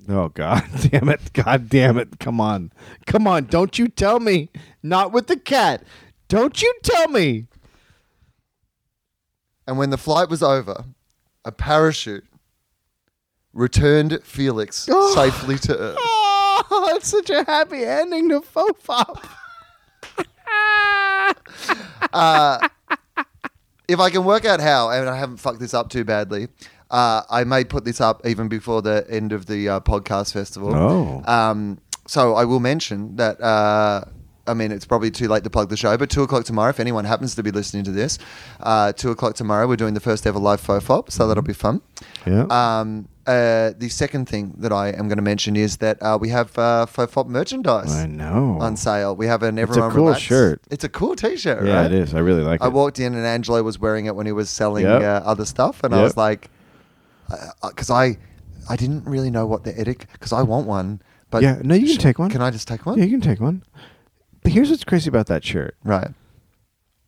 Speaker 4: Oh God, [laughs] damn it! God damn it! Come on, come on! Don't you tell me not with the cat. Don't you tell me.
Speaker 3: And when the flight was over, a parachute returned Felix safely to Earth.
Speaker 4: Oh, [laughs] it's such a happy ending to Fofop.
Speaker 3: If I can work out how, and I haven't fucked this up too badly, uh, I may put this up even before the end of the uh, podcast festival.
Speaker 4: Oh.
Speaker 3: Um, so I will mention that. Uh, I mean, it's probably too late to plug the show, but two o'clock tomorrow, if anyone happens to be listening to this, uh, two o'clock tomorrow, we're doing the first ever live fofop, so that'll be fun.
Speaker 4: Yeah.
Speaker 3: Um, uh, the second thing that I am going to mention is that uh, we have uh, Fofop merchandise
Speaker 4: I know.
Speaker 3: on sale. We have an everyone
Speaker 4: cool
Speaker 3: Relax-
Speaker 4: shirt.
Speaker 3: It's a cool T-shirt.
Speaker 4: yeah,
Speaker 3: right?
Speaker 4: it is. I really like
Speaker 3: I
Speaker 4: it.
Speaker 3: walked in and Angelo was wearing it when he was selling
Speaker 4: Yep.
Speaker 3: uh, other stuff, and I
Speaker 4: Yep.
Speaker 3: was like, because I, I didn't really know what the etiquette because I want one, but
Speaker 4: yeah. No, you can
Speaker 3: sh-
Speaker 4: take one.
Speaker 3: Can I just take one?
Speaker 4: Yeah, you can take one. But here's what's crazy about that shirt.
Speaker 3: Right.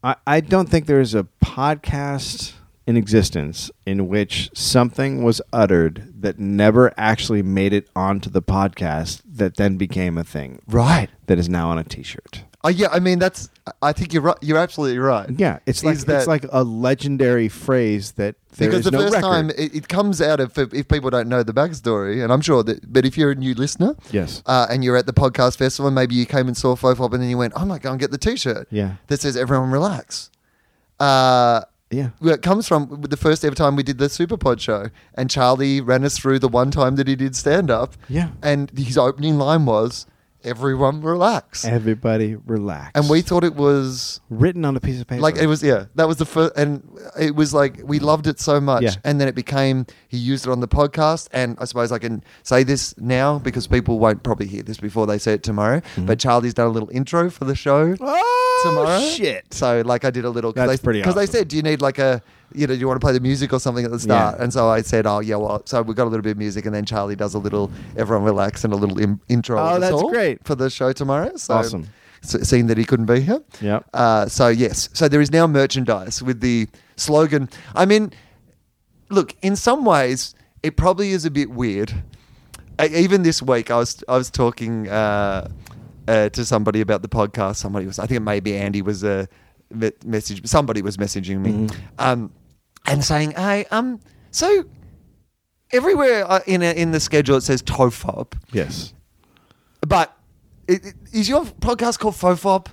Speaker 4: I, I don't think there is a podcast in existence in which something was uttered that never actually made it onto the podcast that then became a thing
Speaker 3: Right.
Speaker 4: that is now on a t-shirt.
Speaker 3: Oh yeah. I mean, that's. I think you're right. You're absolutely right.
Speaker 4: Yeah, it's like
Speaker 3: Is that-
Speaker 4: it's like a legendary phrase that there
Speaker 3: because the
Speaker 4: is no
Speaker 3: first
Speaker 4: record.
Speaker 3: time it, it comes out of if people don't know the backstory, and I'm sure that. But if you're a new listener,
Speaker 4: Yes.
Speaker 3: uh, and you're at the podcast festival, and maybe you came and saw Fofop, and then you went, "I might go and get the T-shirt."
Speaker 4: Yeah.
Speaker 3: that says "Everyone Relax." Uh,
Speaker 4: yeah.
Speaker 3: Well, it comes from the first ever time we did the Superpod show, and Charlie ran us through the one time that he did stand up.
Speaker 4: Yeah.
Speaker 3: and his opening line was, "Everyone relax," and,
Speaker 4: Everybody relax.
Speaker 3: we thought it was
Speaker 4: written on a piece of paper.
Speaker 3: like it was yeah that was the first, and it was like we loved it so much,
Speaker 4: Yeah.
Speaker 3: and then it became he used it on the podcast, and I suppose I can say this now because people won't probably hear this before they say it tomorrow, but Charlie's done a little intro for the show
Speaker 4: Mm-hmm. oh,
Speaker 3: tomorrow.
Speaker 4: shit.
Speaker 3: So like I did a little because
Speaker 4: That's
Speaker 3: they,
Speaker 4: pretty
Speaker 3: because they
Speaker 4: awesome.
Speaker 3: said, do you need like a you know do you want to play the music or something at the start?
Speaker 4: Yeah.
Speaker 3: And so I said, oh yeah, well. So we got a little bit of music, and then Charlie does a little everyone relax and a little Im- intro.
Speaker 4: Oh,
Speaker 3: of the
Speaker 4: that's
Speaker 3: song
Speaker 4: great.
Speaker 3: for the show tomorrow. So,
Speaker 4: Awesome.
Speaker 3: s- Seeing that he couldn't be here.
Speaker 4: Yep.
Speaker 3: Uh, so yes, so there is now merchandise with the slogan. I mean, look, in some ways, it probably is a bit weird. I, even this week, I was I was talking uh, uh, to somebody about the podcast. Somebody was, I think it may be Andy was a me- message. Somebody was messaging me, um, and saying, "Hey, um, so everywhere uh, in a, in the schedule it says tofop,
Speaker 4: Yes.
Speaker 3: but it, it, is your podcast called fofop?"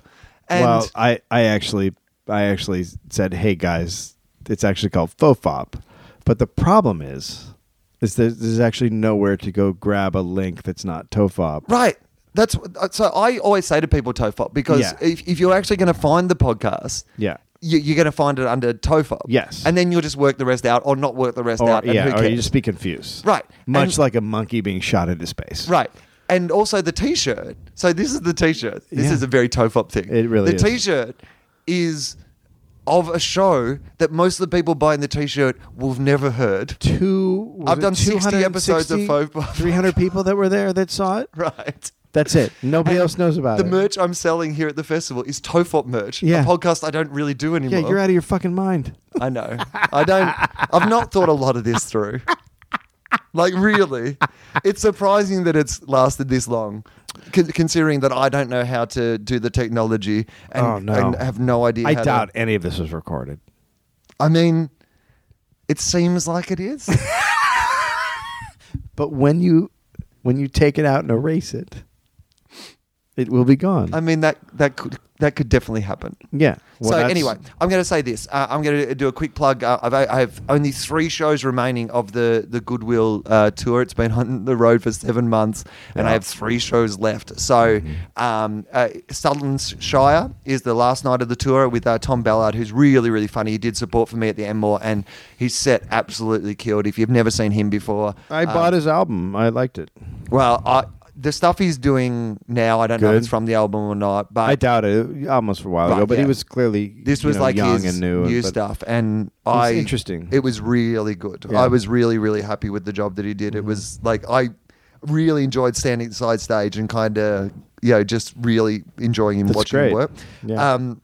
Speaker 3: And
Speaker 4: well, I, I actually I actually said, hey guys, it's actually called Fofop. But the problem is, is there's, there's actually nowhere to go grab a link that's not Tofop.
Speaker 3: Right. That's uh, so. I always say to people Tofop because
Speaker 4: Yeah.
Speaker 3: if, if you're actually going to find the podcast,
Speaker 4: Yeah.
Speaker 3: you, you're going to find it under Tofop.
Speaker 4: Yes.
Speaker 3: and then you'll just work the rest out, or not work the rest
Speaker 4: Or,
Speaker 3: out. And who
Speaker 4: yeah, or
Speaker 3: cares?
Speaker 4: you just be confused.
Speaker 3: Right.
Speaker 4: Much
Speaker 3: And-
Speaker 4: like a monkey being shot into space.
Speaker 3: right. And also the T-shirt. So this is the T-shirt. This
Speaker 4: Yeah.
Speaker 3: is a very Tofop thing.
Speaker 4: It really
Speaker 3: the
Speaker 4: is.
Speaker 3: T-shirt is of a show that most of the people buying the T-shirt will have never heard. [laughs]
Speaker 4: Two, was
Speaker 3: I've
Speaker 4: it
Speaker 3: done 60 episodes of
Speaker 4: 260?
Speaker 3: Fofop.
Speaker 4: 300 people that were there that saw it.
Speaker 3: Right.
Speaker 4: That's it. Nobody else knows about
Speaker 3: The
Speaker 4: it.
Speaker 3: merch I'm selling here at the festival is Tofop merch.
Speaker 4: Yeah.
Speaker 3: A podcast I don't really do
Speaker 4: yeah,
Speaker 3: anymore.
Speaker 4: you're out of your fucking mind.
Speaker 3: I know. I don't. I've not thought a lot of this through. Like really, it's surprising that it's lasted this long, con- considering that I don't know how to do the technology and,
Speaker 4: Oh, no.
Speaker 3: and have no idea.
Speaker 4: I
Speaker 3: how to-
Speaker 4: doubt any of this was recorded.
Speaker 3: I mean, it seems like it is.
Speaker 4: But when you when you take it out and erase it, it will be gone.
Speaker 3: I mean that that could that could definitely happen.
Speaker 4: yeah. Well,
Speaker 3: so
Speaker 4: that's-
Speaker 3: anyway, I'm going to say this. Uh, I'm going to do a quick plug. Uh, I've, I have only three shows remaining of the the Goodwill uh, tour. It's been on the road for seven months, and I have three shows left. So
Speaker 4: Mm-hmm.
Speaker 3: um, uh, Sutherland's Shire is the last night of the tour with uh, Tom Ballard, who's really really funny. He did support for me at the Enmore, and his set absolutely killed. If you've never seen him before, um,
Speaker 4: I bought his album. I liked it.
Speaker 3: well, I the stuff he's doing now, I don't know if
Speaker 4: Good.
Speaker 3: it's from the album or not, but
Speaker 4: I doubt it. Almost a while
Speaker 3: Right,
Speaker 4: ago, but
Speaker 3: yeah.
Speaker 4: he was clearly
Speaker 3: this
Speaker 4: you
Speaker 3: was
Speaker 4: know,
Speaker 3: like
Speaker 4: young
Speaker 3: his
Speaker 4: and new.
Speaker 3: new
Speaker 4: but
Speaker 3: stuff, and I
Speaker 4: interesting.
Speaker 3: It was really good.
Speaker 4: Yeah. Mm-hmm.
Speaker 3: I was really really happy with the job that he did. It was like I really enjoyed standing side stage and kind of you know just really enjoying him
Speaker 4: That's
Speaker 3: watching him
Speaker 4: great.
Speaker 3: work.
Speaker 4: Yeah.
Speaker 3: Um,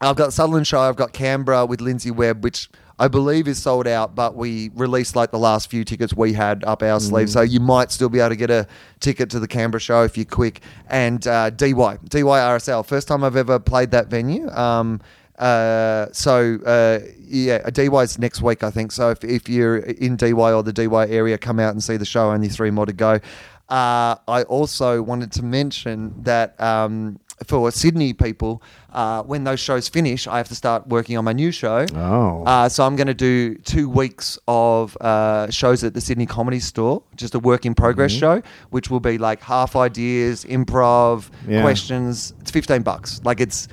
Speaker 3: I've got Sutherland Shire, I've got Canberra with Lindsay Webb, which I believe is sold out, but we released like the last few tickets we had up our
Speaker 4: Mm.
Speaker 3: sleeve. So you might still be able to get a ticket to the Canberra show if you're quick. And uh, DY, DYRSL, first time I've ever played that venue. Um, uh, so uh, yeah, DY's next week, I think. So if, if you're in DY or the DY area, come out and see the show. Only three more to go. Uh, I also wanted to mention that um, for Sydney people, uh, when those shows finish, I have to start working on my new show.
Speaker 4: Oh.
Speaker 3: Uh, so I'm going to do two weeks of uh, shows at the Sydney Comedy Store, just a work in progress
Speaker 4: Mm-hmm.
Speaker 3: show, which will be like half ideas, improv,
Speaker 4: Yeah.
Speaker 3: questions. It's 15 bucks. Like it's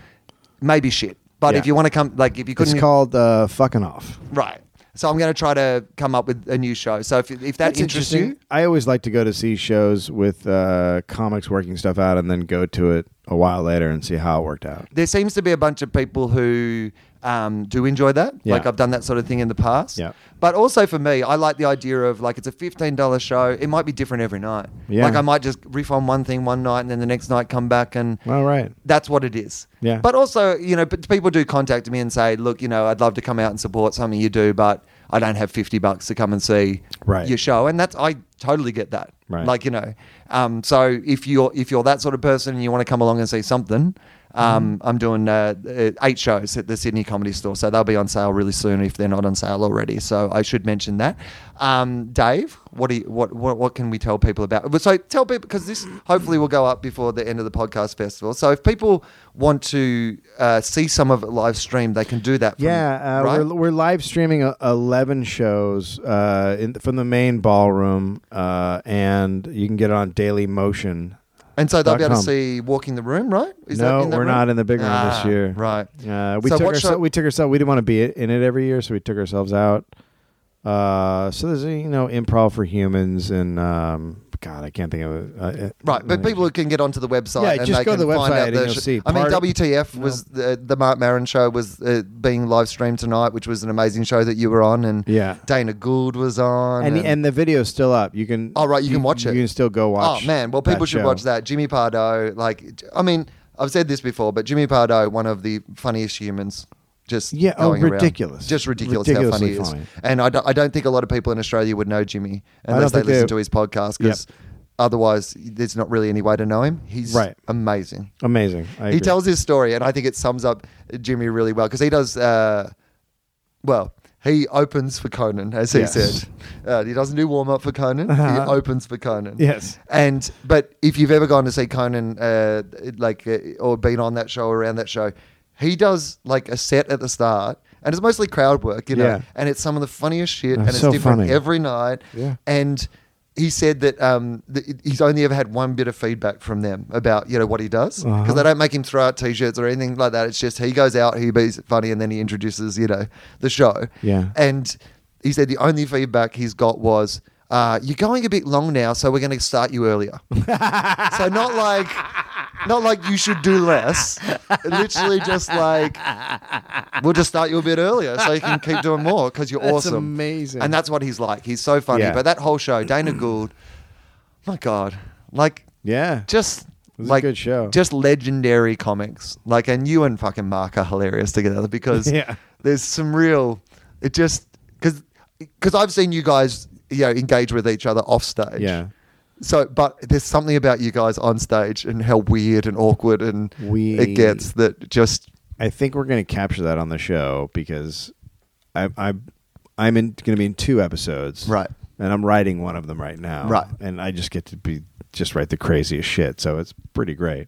Speaker 3: maybe shit. But if
Speaker 4: Yeah.
Speaker 3: you want to come, like if you couldn't.
Speaker 4: It's called uh, fucking off.
Speaker 3: right. So I'm going to try to come up with a new show. So if, if that interests you.
Speaker 4: I always like to go to see shows with uh, comics working stuff out, and then go to it a while later and see how it worked out.
Speaker 3: there seems to be a bunch of people who um, do enjoy that.
Speaker 4: Yeah.
Speaker 3: Like I've done that sort of thing in the past.
Speaker 4: Yeah.
Speaker 3: But also for me, I like the idea of like it's a fifteen dollar show. It might be different every night.
Speaker 4: Yeah.
Speaker 3: Like I might just riff on one thing one night and then the next night come back and
Speaker 4: All right.
Speaker 3: that's what it is.
Speaker 4: Yeah.
Speaker 3: But also, you know, but people do contact me and say, look, you know, I'd love to come out and support something you do, but I don't have fifty bucks to come and see
Speaker 4: Right.
Speaker 3: your show, and that's I totally get that.
Speaker 4: Right.
Speaker 3: Like you know, um, so if you're if you're that sort of person and you want to come along and see something, um,
Speaker 4: Mm-hmm.
Speaker 3: I'm doing uh, uh, eight shows at the Sydney Comedy Store, so they'll be on sale really soon if they're not on sale already. So I should mention that. Um, Dave, what do you, what, what what can we tell people about? Well, So tell people because this hopefully will go up before the end of the podcast festival. So if people want to uh, see some of it live stream, they can do that. From,
Speaker 4: Yeah, uh,
Speaker 3: right?
Speaker 4: we're, we're live streaming uh, eleven shows uh, in, from the main ballroom, uh, and you can get it on Daily Motion.
Speaker 3: And so they'll be able to
Speaker 4: .com.
Speaker 3: see Walking the Room, right? Is
Speaker 4: no,
Speaker 3: that in that
Speaker 4: we're
Speaker 3: room?
Speaker 4: not in the big room
Speaker 3: Ah,
Speaker 4: this year.
Speaker 3: Right.
Speaker 4: Uh, we
Speaker 3: So
Speaker 4: took
Speaker 3: what
Speaker 4: ourselves.
Speaker 3: show-
Speaker 4: We took ourselves. We didn't want to be in it every year, so we took ourselves out. Uh, so there's you know improv for humans and um, God, I can't think of it. Uh, it.
Speaker 3: Right, but people can get onto the website.
Speaker 4: Yeah,
Speaker 3: and
Speaker 4: just
Speaker 3: they
Speaker 4: go to
Speaker 3: can
Speaker 4: the
Speaker 3: find
Speaker 4: website
Speaker 3: out
Speaker 4: and
Speaker 3: the
Speaker 4: you'll
Speaker 3: sh-
Speaker 4: see
Speaker 3: I mean,
Speaker 4: part-
Speaker 3: WTF was the, the Mark Maron show was uh, being live streamed tonight, which was an amazing show that you were on, and
Speaker 4: Yeah.
Speaker 3: Dana Gould was on.
Speaker 4: and and the video's still up. You can.
Speaker 3: Oh, right, you can watch it.
Speaker 4: You can still go watch.
Speaker 3: Oh man, well people should
Speaker 4: show.
Speaker 3: watch that. Jimmy Pardo, like I mean, I've said this before, but Jimmy Pardo, one of the funniest humans. Just
Speaker 4: Yeah, oh,
Speaker 3: going around.
Speaker 4: ridiculous.
Speaker 3: just ridiculous how funny
Speaker 4: Ridiculously
Speaker 3: he is.
Speaker 4: funny.
Speaker 3: And I, do, I don't think a lot of people in Australia would know Jimmy
Speaker 4: don't
Speaker 3: unless they
Speaker 4: think they-
Speaker 3: listen to his podcast because otherwise there's not really any way to know him. He's
Speaker 4: Right.
Speaker 3: amazing.
Speaker 4: Amazing. I
Speaker 3: He
Speaker 4: agree.
Speaker 3: tells his story, and I think it sums up Jimmy really well because he does. Uh, well, he opens for Conan, as he
Speaker 4: Yes. Uh-huh.
Speaker 3: said. Uh, he doesn't do warm up for Conan. He opens for Conan.
Speaker 4: Yes.
Speaker 3: And but if you've ever gone to see Conan, uh, like uh, or been on that show or around that show, he does like a set at the start. And it's mostly crowd work, you know,
Speaker 4: Yeah.
Speaker 3: and it's some of the funniest shit, and
Speaker 4: That's
Speaker 3: it's
Speaker 4: so
Speaker 3: different
Speaker 4: funny.
Speaker 3: every night.
Speaker 4: Yeah.
Speaker 3: And he said that um, th- he's only ever had one bit of feedback from them about you know what he does because
Speaker 4: Uh-huh.
Speaker 3: they don't make him throw out t-shirts or anything like that. It's just he goes out, he be funny, and then he introduces you know the show.
Speaker 4: Yeah.
Speaker 3: And he said the only feedback he's got was. Uh, you're going a bit long now, so we're going to start you
Speaker 4: [laughs]
Speaker 3: earlier. so not like, not like you should do less. Literally, just like we'll just start you a bit earlier, so you can keep doing more because you're
Speaker 4: That's
Speaker 3: awesome.
Speaker 4: amazing.
Speaker 3: And that's what he's like. He's so funny.
Speaker 4: Yeah.
Speaker 3: But that whole show, Dana
Speaker 4: [clears throat]
Speaker 3: Gould, my God, like
Speaker 4: Yeah.
Speaker 3: just
Speaker 4: was a
Speaker 3: like
Speaker 4: good show.
Speaker 3: just legendary comics. Like, and you and fucking Mark are hilarious together because
Speaker 4: [laughs] Yeah.
Speaker 3: there's some real. It just because because I've seen you guys you know engage with each other off stage.
Speaker 4: Yeah.
Speaker 3: So, but there's something about you guys on stage and how weird and awkward and
Speaker 4: We-
Speaker 3: it gets that just
Speaker 4: I think we're going to capture that on the show because I, I I'm in, going to be in two episodes,
Speaker 3: Right.
Speaker 4: And I'm writing one of them right now,
Speaker 3: Right.
Speaker 4: And I just get to be just write the craziest shit, so it's pretty great.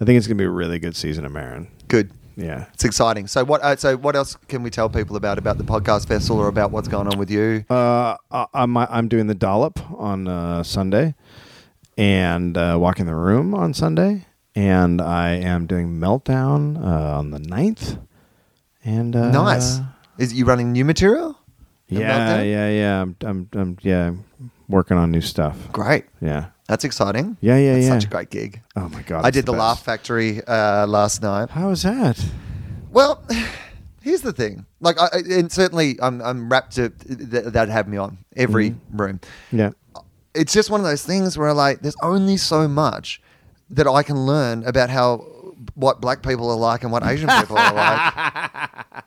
Speaker 4: I think it's going to be a really good season of Marin.
Speaker 3: good.
Speaker 4: Yeah.
Speaker 3: It's exciting. So what? Uh, so what else can we tell people about about the podcast festival or about what's going on with you?
Speaker 4: Uh, I- I'm I'm doing the dollop on uh, Sunday, and uh, walking the room on Sunday, and I am doing meltdown uh, on the 9th. And uh,
Speaker 3: nice. Is you running new material? The
Speaker 4: Yeah,
Speaker 3: Meltdown?
Speaker 4: yeah, yeah. I'm, I'm, I'm, yeah. I'm working on new stuff.
Speaker 3: Great.
Speaker 4: Yeah.
Speaker 3: That's exciting.
Speaker 4: Yeah, yeah,
Speaker 3: That's
Speaker 4: yeah.
Speaker 3: Such a great gig.
Speaker 4: Oh my god.
Speaker 3: I
Speaker 4: it's
Speaker 3: did the,
Speaker 4: best.
Speaker 3: Laugh Factory uh, last night.
Speaker 4: How is that?
Speaker 3: Well, [sighs] here's the thing. Like, I, I- and certainly, I'm I'm wrapped to th- that have me on every
Speaker 4: Mm-hmm.
Speaker 3: room.
Speaker 4: Yeah.
Speaker 3: It's just one of those things where like, there's only so much that I can learn about how what black people are like and what Asian people are
Speaker 4: [laughs]
Speaker 3: like.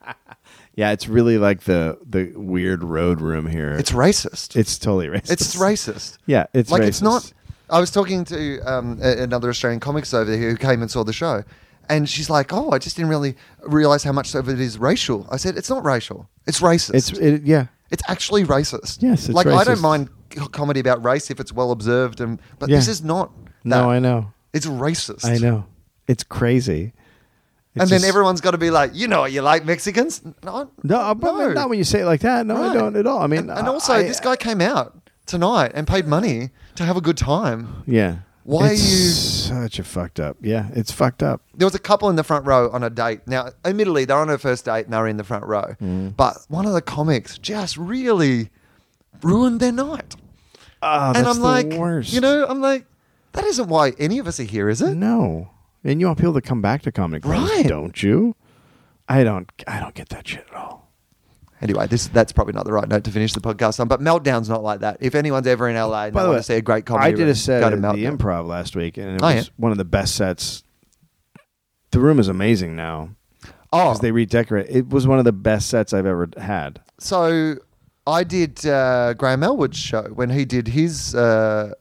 Speaker 4: Yeah, it's really like the the weird road room here.
Speaker 3: It's racist.
Speaker 4: it's totally racist.
Speaker 3: It's racist.
Speaker 4: Yeah, it's
Speaker 3: like it's not.
Speaker 4: racist.
Speaker 3: I was talking to um, a- another Australian comics over here who came and saw the show, and she's like, "Oh, I just didn't really realize how much of it is racial." I said, "It's not racial. It's racist.
Speaker 4: It's it, yeah.
Speaker 3: It's actually racist."
Speaker 4: Yes, it's
Speaker 3: like I don't
Speaker 4: racist.
Speaker 3: mind c- comedy about race if it's well observed, and but
Speaker 4: Yeah.
Speaker 3: this is not.
Speaker 4: No,
Speaker 3: that.
Speaker 4: I know.
Speaker 3: It's racist.
Speaker 4: I know. It's crazy. It's
Speaker 3: And
Speaker 4: just-
Speaker 3: then everyone's got to be like, you know, you like Mexicans? No,
Speaker 4: No, but
Speaker 3: no.
Speaker 4: not when you say it like that. No, I
Speaker 3: Right.
Speaker 4: don't at all. I mean,
Speaker 3: And, and also,
Speaker 4: I-
Speaker 3: this guy came out tonight and paid money to have a good time.
Speaker 4: Yeah.
Speaker 3: Why are
Speaker 4: It's
Speaker 3: you-
Speaker 4: such a fucked up? Yeah, it's fucked up.
Speaker 3: there was a couple in the front row on a date. Now, admittedly, they're on her first date and they're in the front row.
Speaker 4: Mm.
Speaker 3: But one of the comics just really ruined their night.
Speaker 4: Oh,
Speaker 3: Ah, and
Speaker 4: that's
Speaker 3: I'm
Speaker 4: the
Speaker 3: like,
Speaker 4: worst.
Speaker 3: you know, I'm like, that isn't why any of us are here, is it?
Speaker 4: no. And you want people to come back to comedy clubs,
Speaker 3: Right.
Speaker 4: don't you? I don't. I don't get that shit at all.
Speaker 3: Anyway, this that's probably not the right note to finish the podcast on. But Meltdown's not like that. If anyone's ever in LA and they want to see a great comedy,
Speaker 4: I did
Speaker 3: room,
Speaker 4: a set
Speaker 3: go
Speaker 4: at
Speaker 3: to
Speaker 4: the
Speaker 3: Meltdown.
Speaker 4: improv last week, and it
Speaker 3: Oh,
Speaker 4: was
Speaker 3: yeah.
Speaker 4: one of the best sets. The room is amazing now
Speaker 3: Oh,
Speaker 4: because they redecorate. It was one of the best sets I've ever had.
Speaker 3: so I did uh, Graham Elwood's show when he did his. Uh,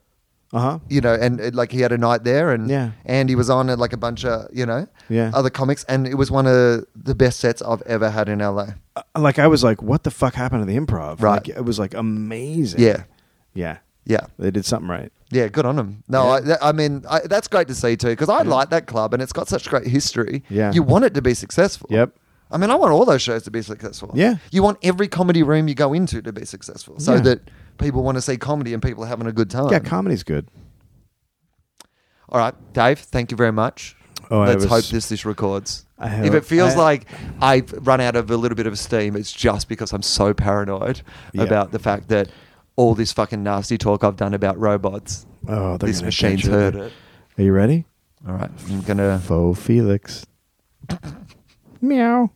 Speaker 4: Uh huh.
Speaker 3: you know, and uh, like he had a night there, and
Speaker 4: Yeah.
Speaker 3: Andy was on, and like a bunch of you know,
Speaker 4: Yeah.
Speaker 3: other comics, and it was one of the best sets I've ever had in LA.
Speaker 4: uh, Like I was like, what the fuck happened to the improv?
Speaker 3: Right.
Speaker 4: Like, it was like amazing.
Speaker 3: Yeah,
Speaker 4: Yeah.
Speaker 3: yeah,
Speaker 4: They did something right.
Speaker 3: yeah. Good on him. No, I, th- I mean I, that's great to see too, because I like that club, and it's got such great history.
Speaker 4: Yeah.
Speaker 3: you want it to be successful.
Speaker 4: Yep.
Speaker 3: I mean, I want all those shows to be successful.
Speaker 4: Yeah.
Speaker 3: you want every comedy room you go into to be successful, so
Speaker 4: Yeah.
Speaker 3: that people want to see comedy and people are having a good time.
Speaker 4: Yeah, comedy's good.
Speaker 3: All right, Dave. Thank you very much.
Speaker 4: Oh, I
Speaker 3: Let's
Speaker 4: was-
Speaker 3: hope this this records.
Speaker 4: I
Speaker 3: if
Speaker 4: hope-
Speaker 3: it feels
Speaker 4: I-
Speaker 3: like I've run out of a little bit of steam, it's just because I'm so paranoid
Speaker 4: Yeah.
Speaker 3: about the fact that all this fucking nasty talk I've done about robots,
Speaker 4: Oh, they're
Speaker 3: this
Speaker 4: gonna
Speaker 3: machine's
Speaker 4: get you.
Speaker 3: heard it.
Speaker 4: Are you ready?
Speaker 3: [laughs] All right, I'm gonna.
Speaker 4: Faux Felix. Meow.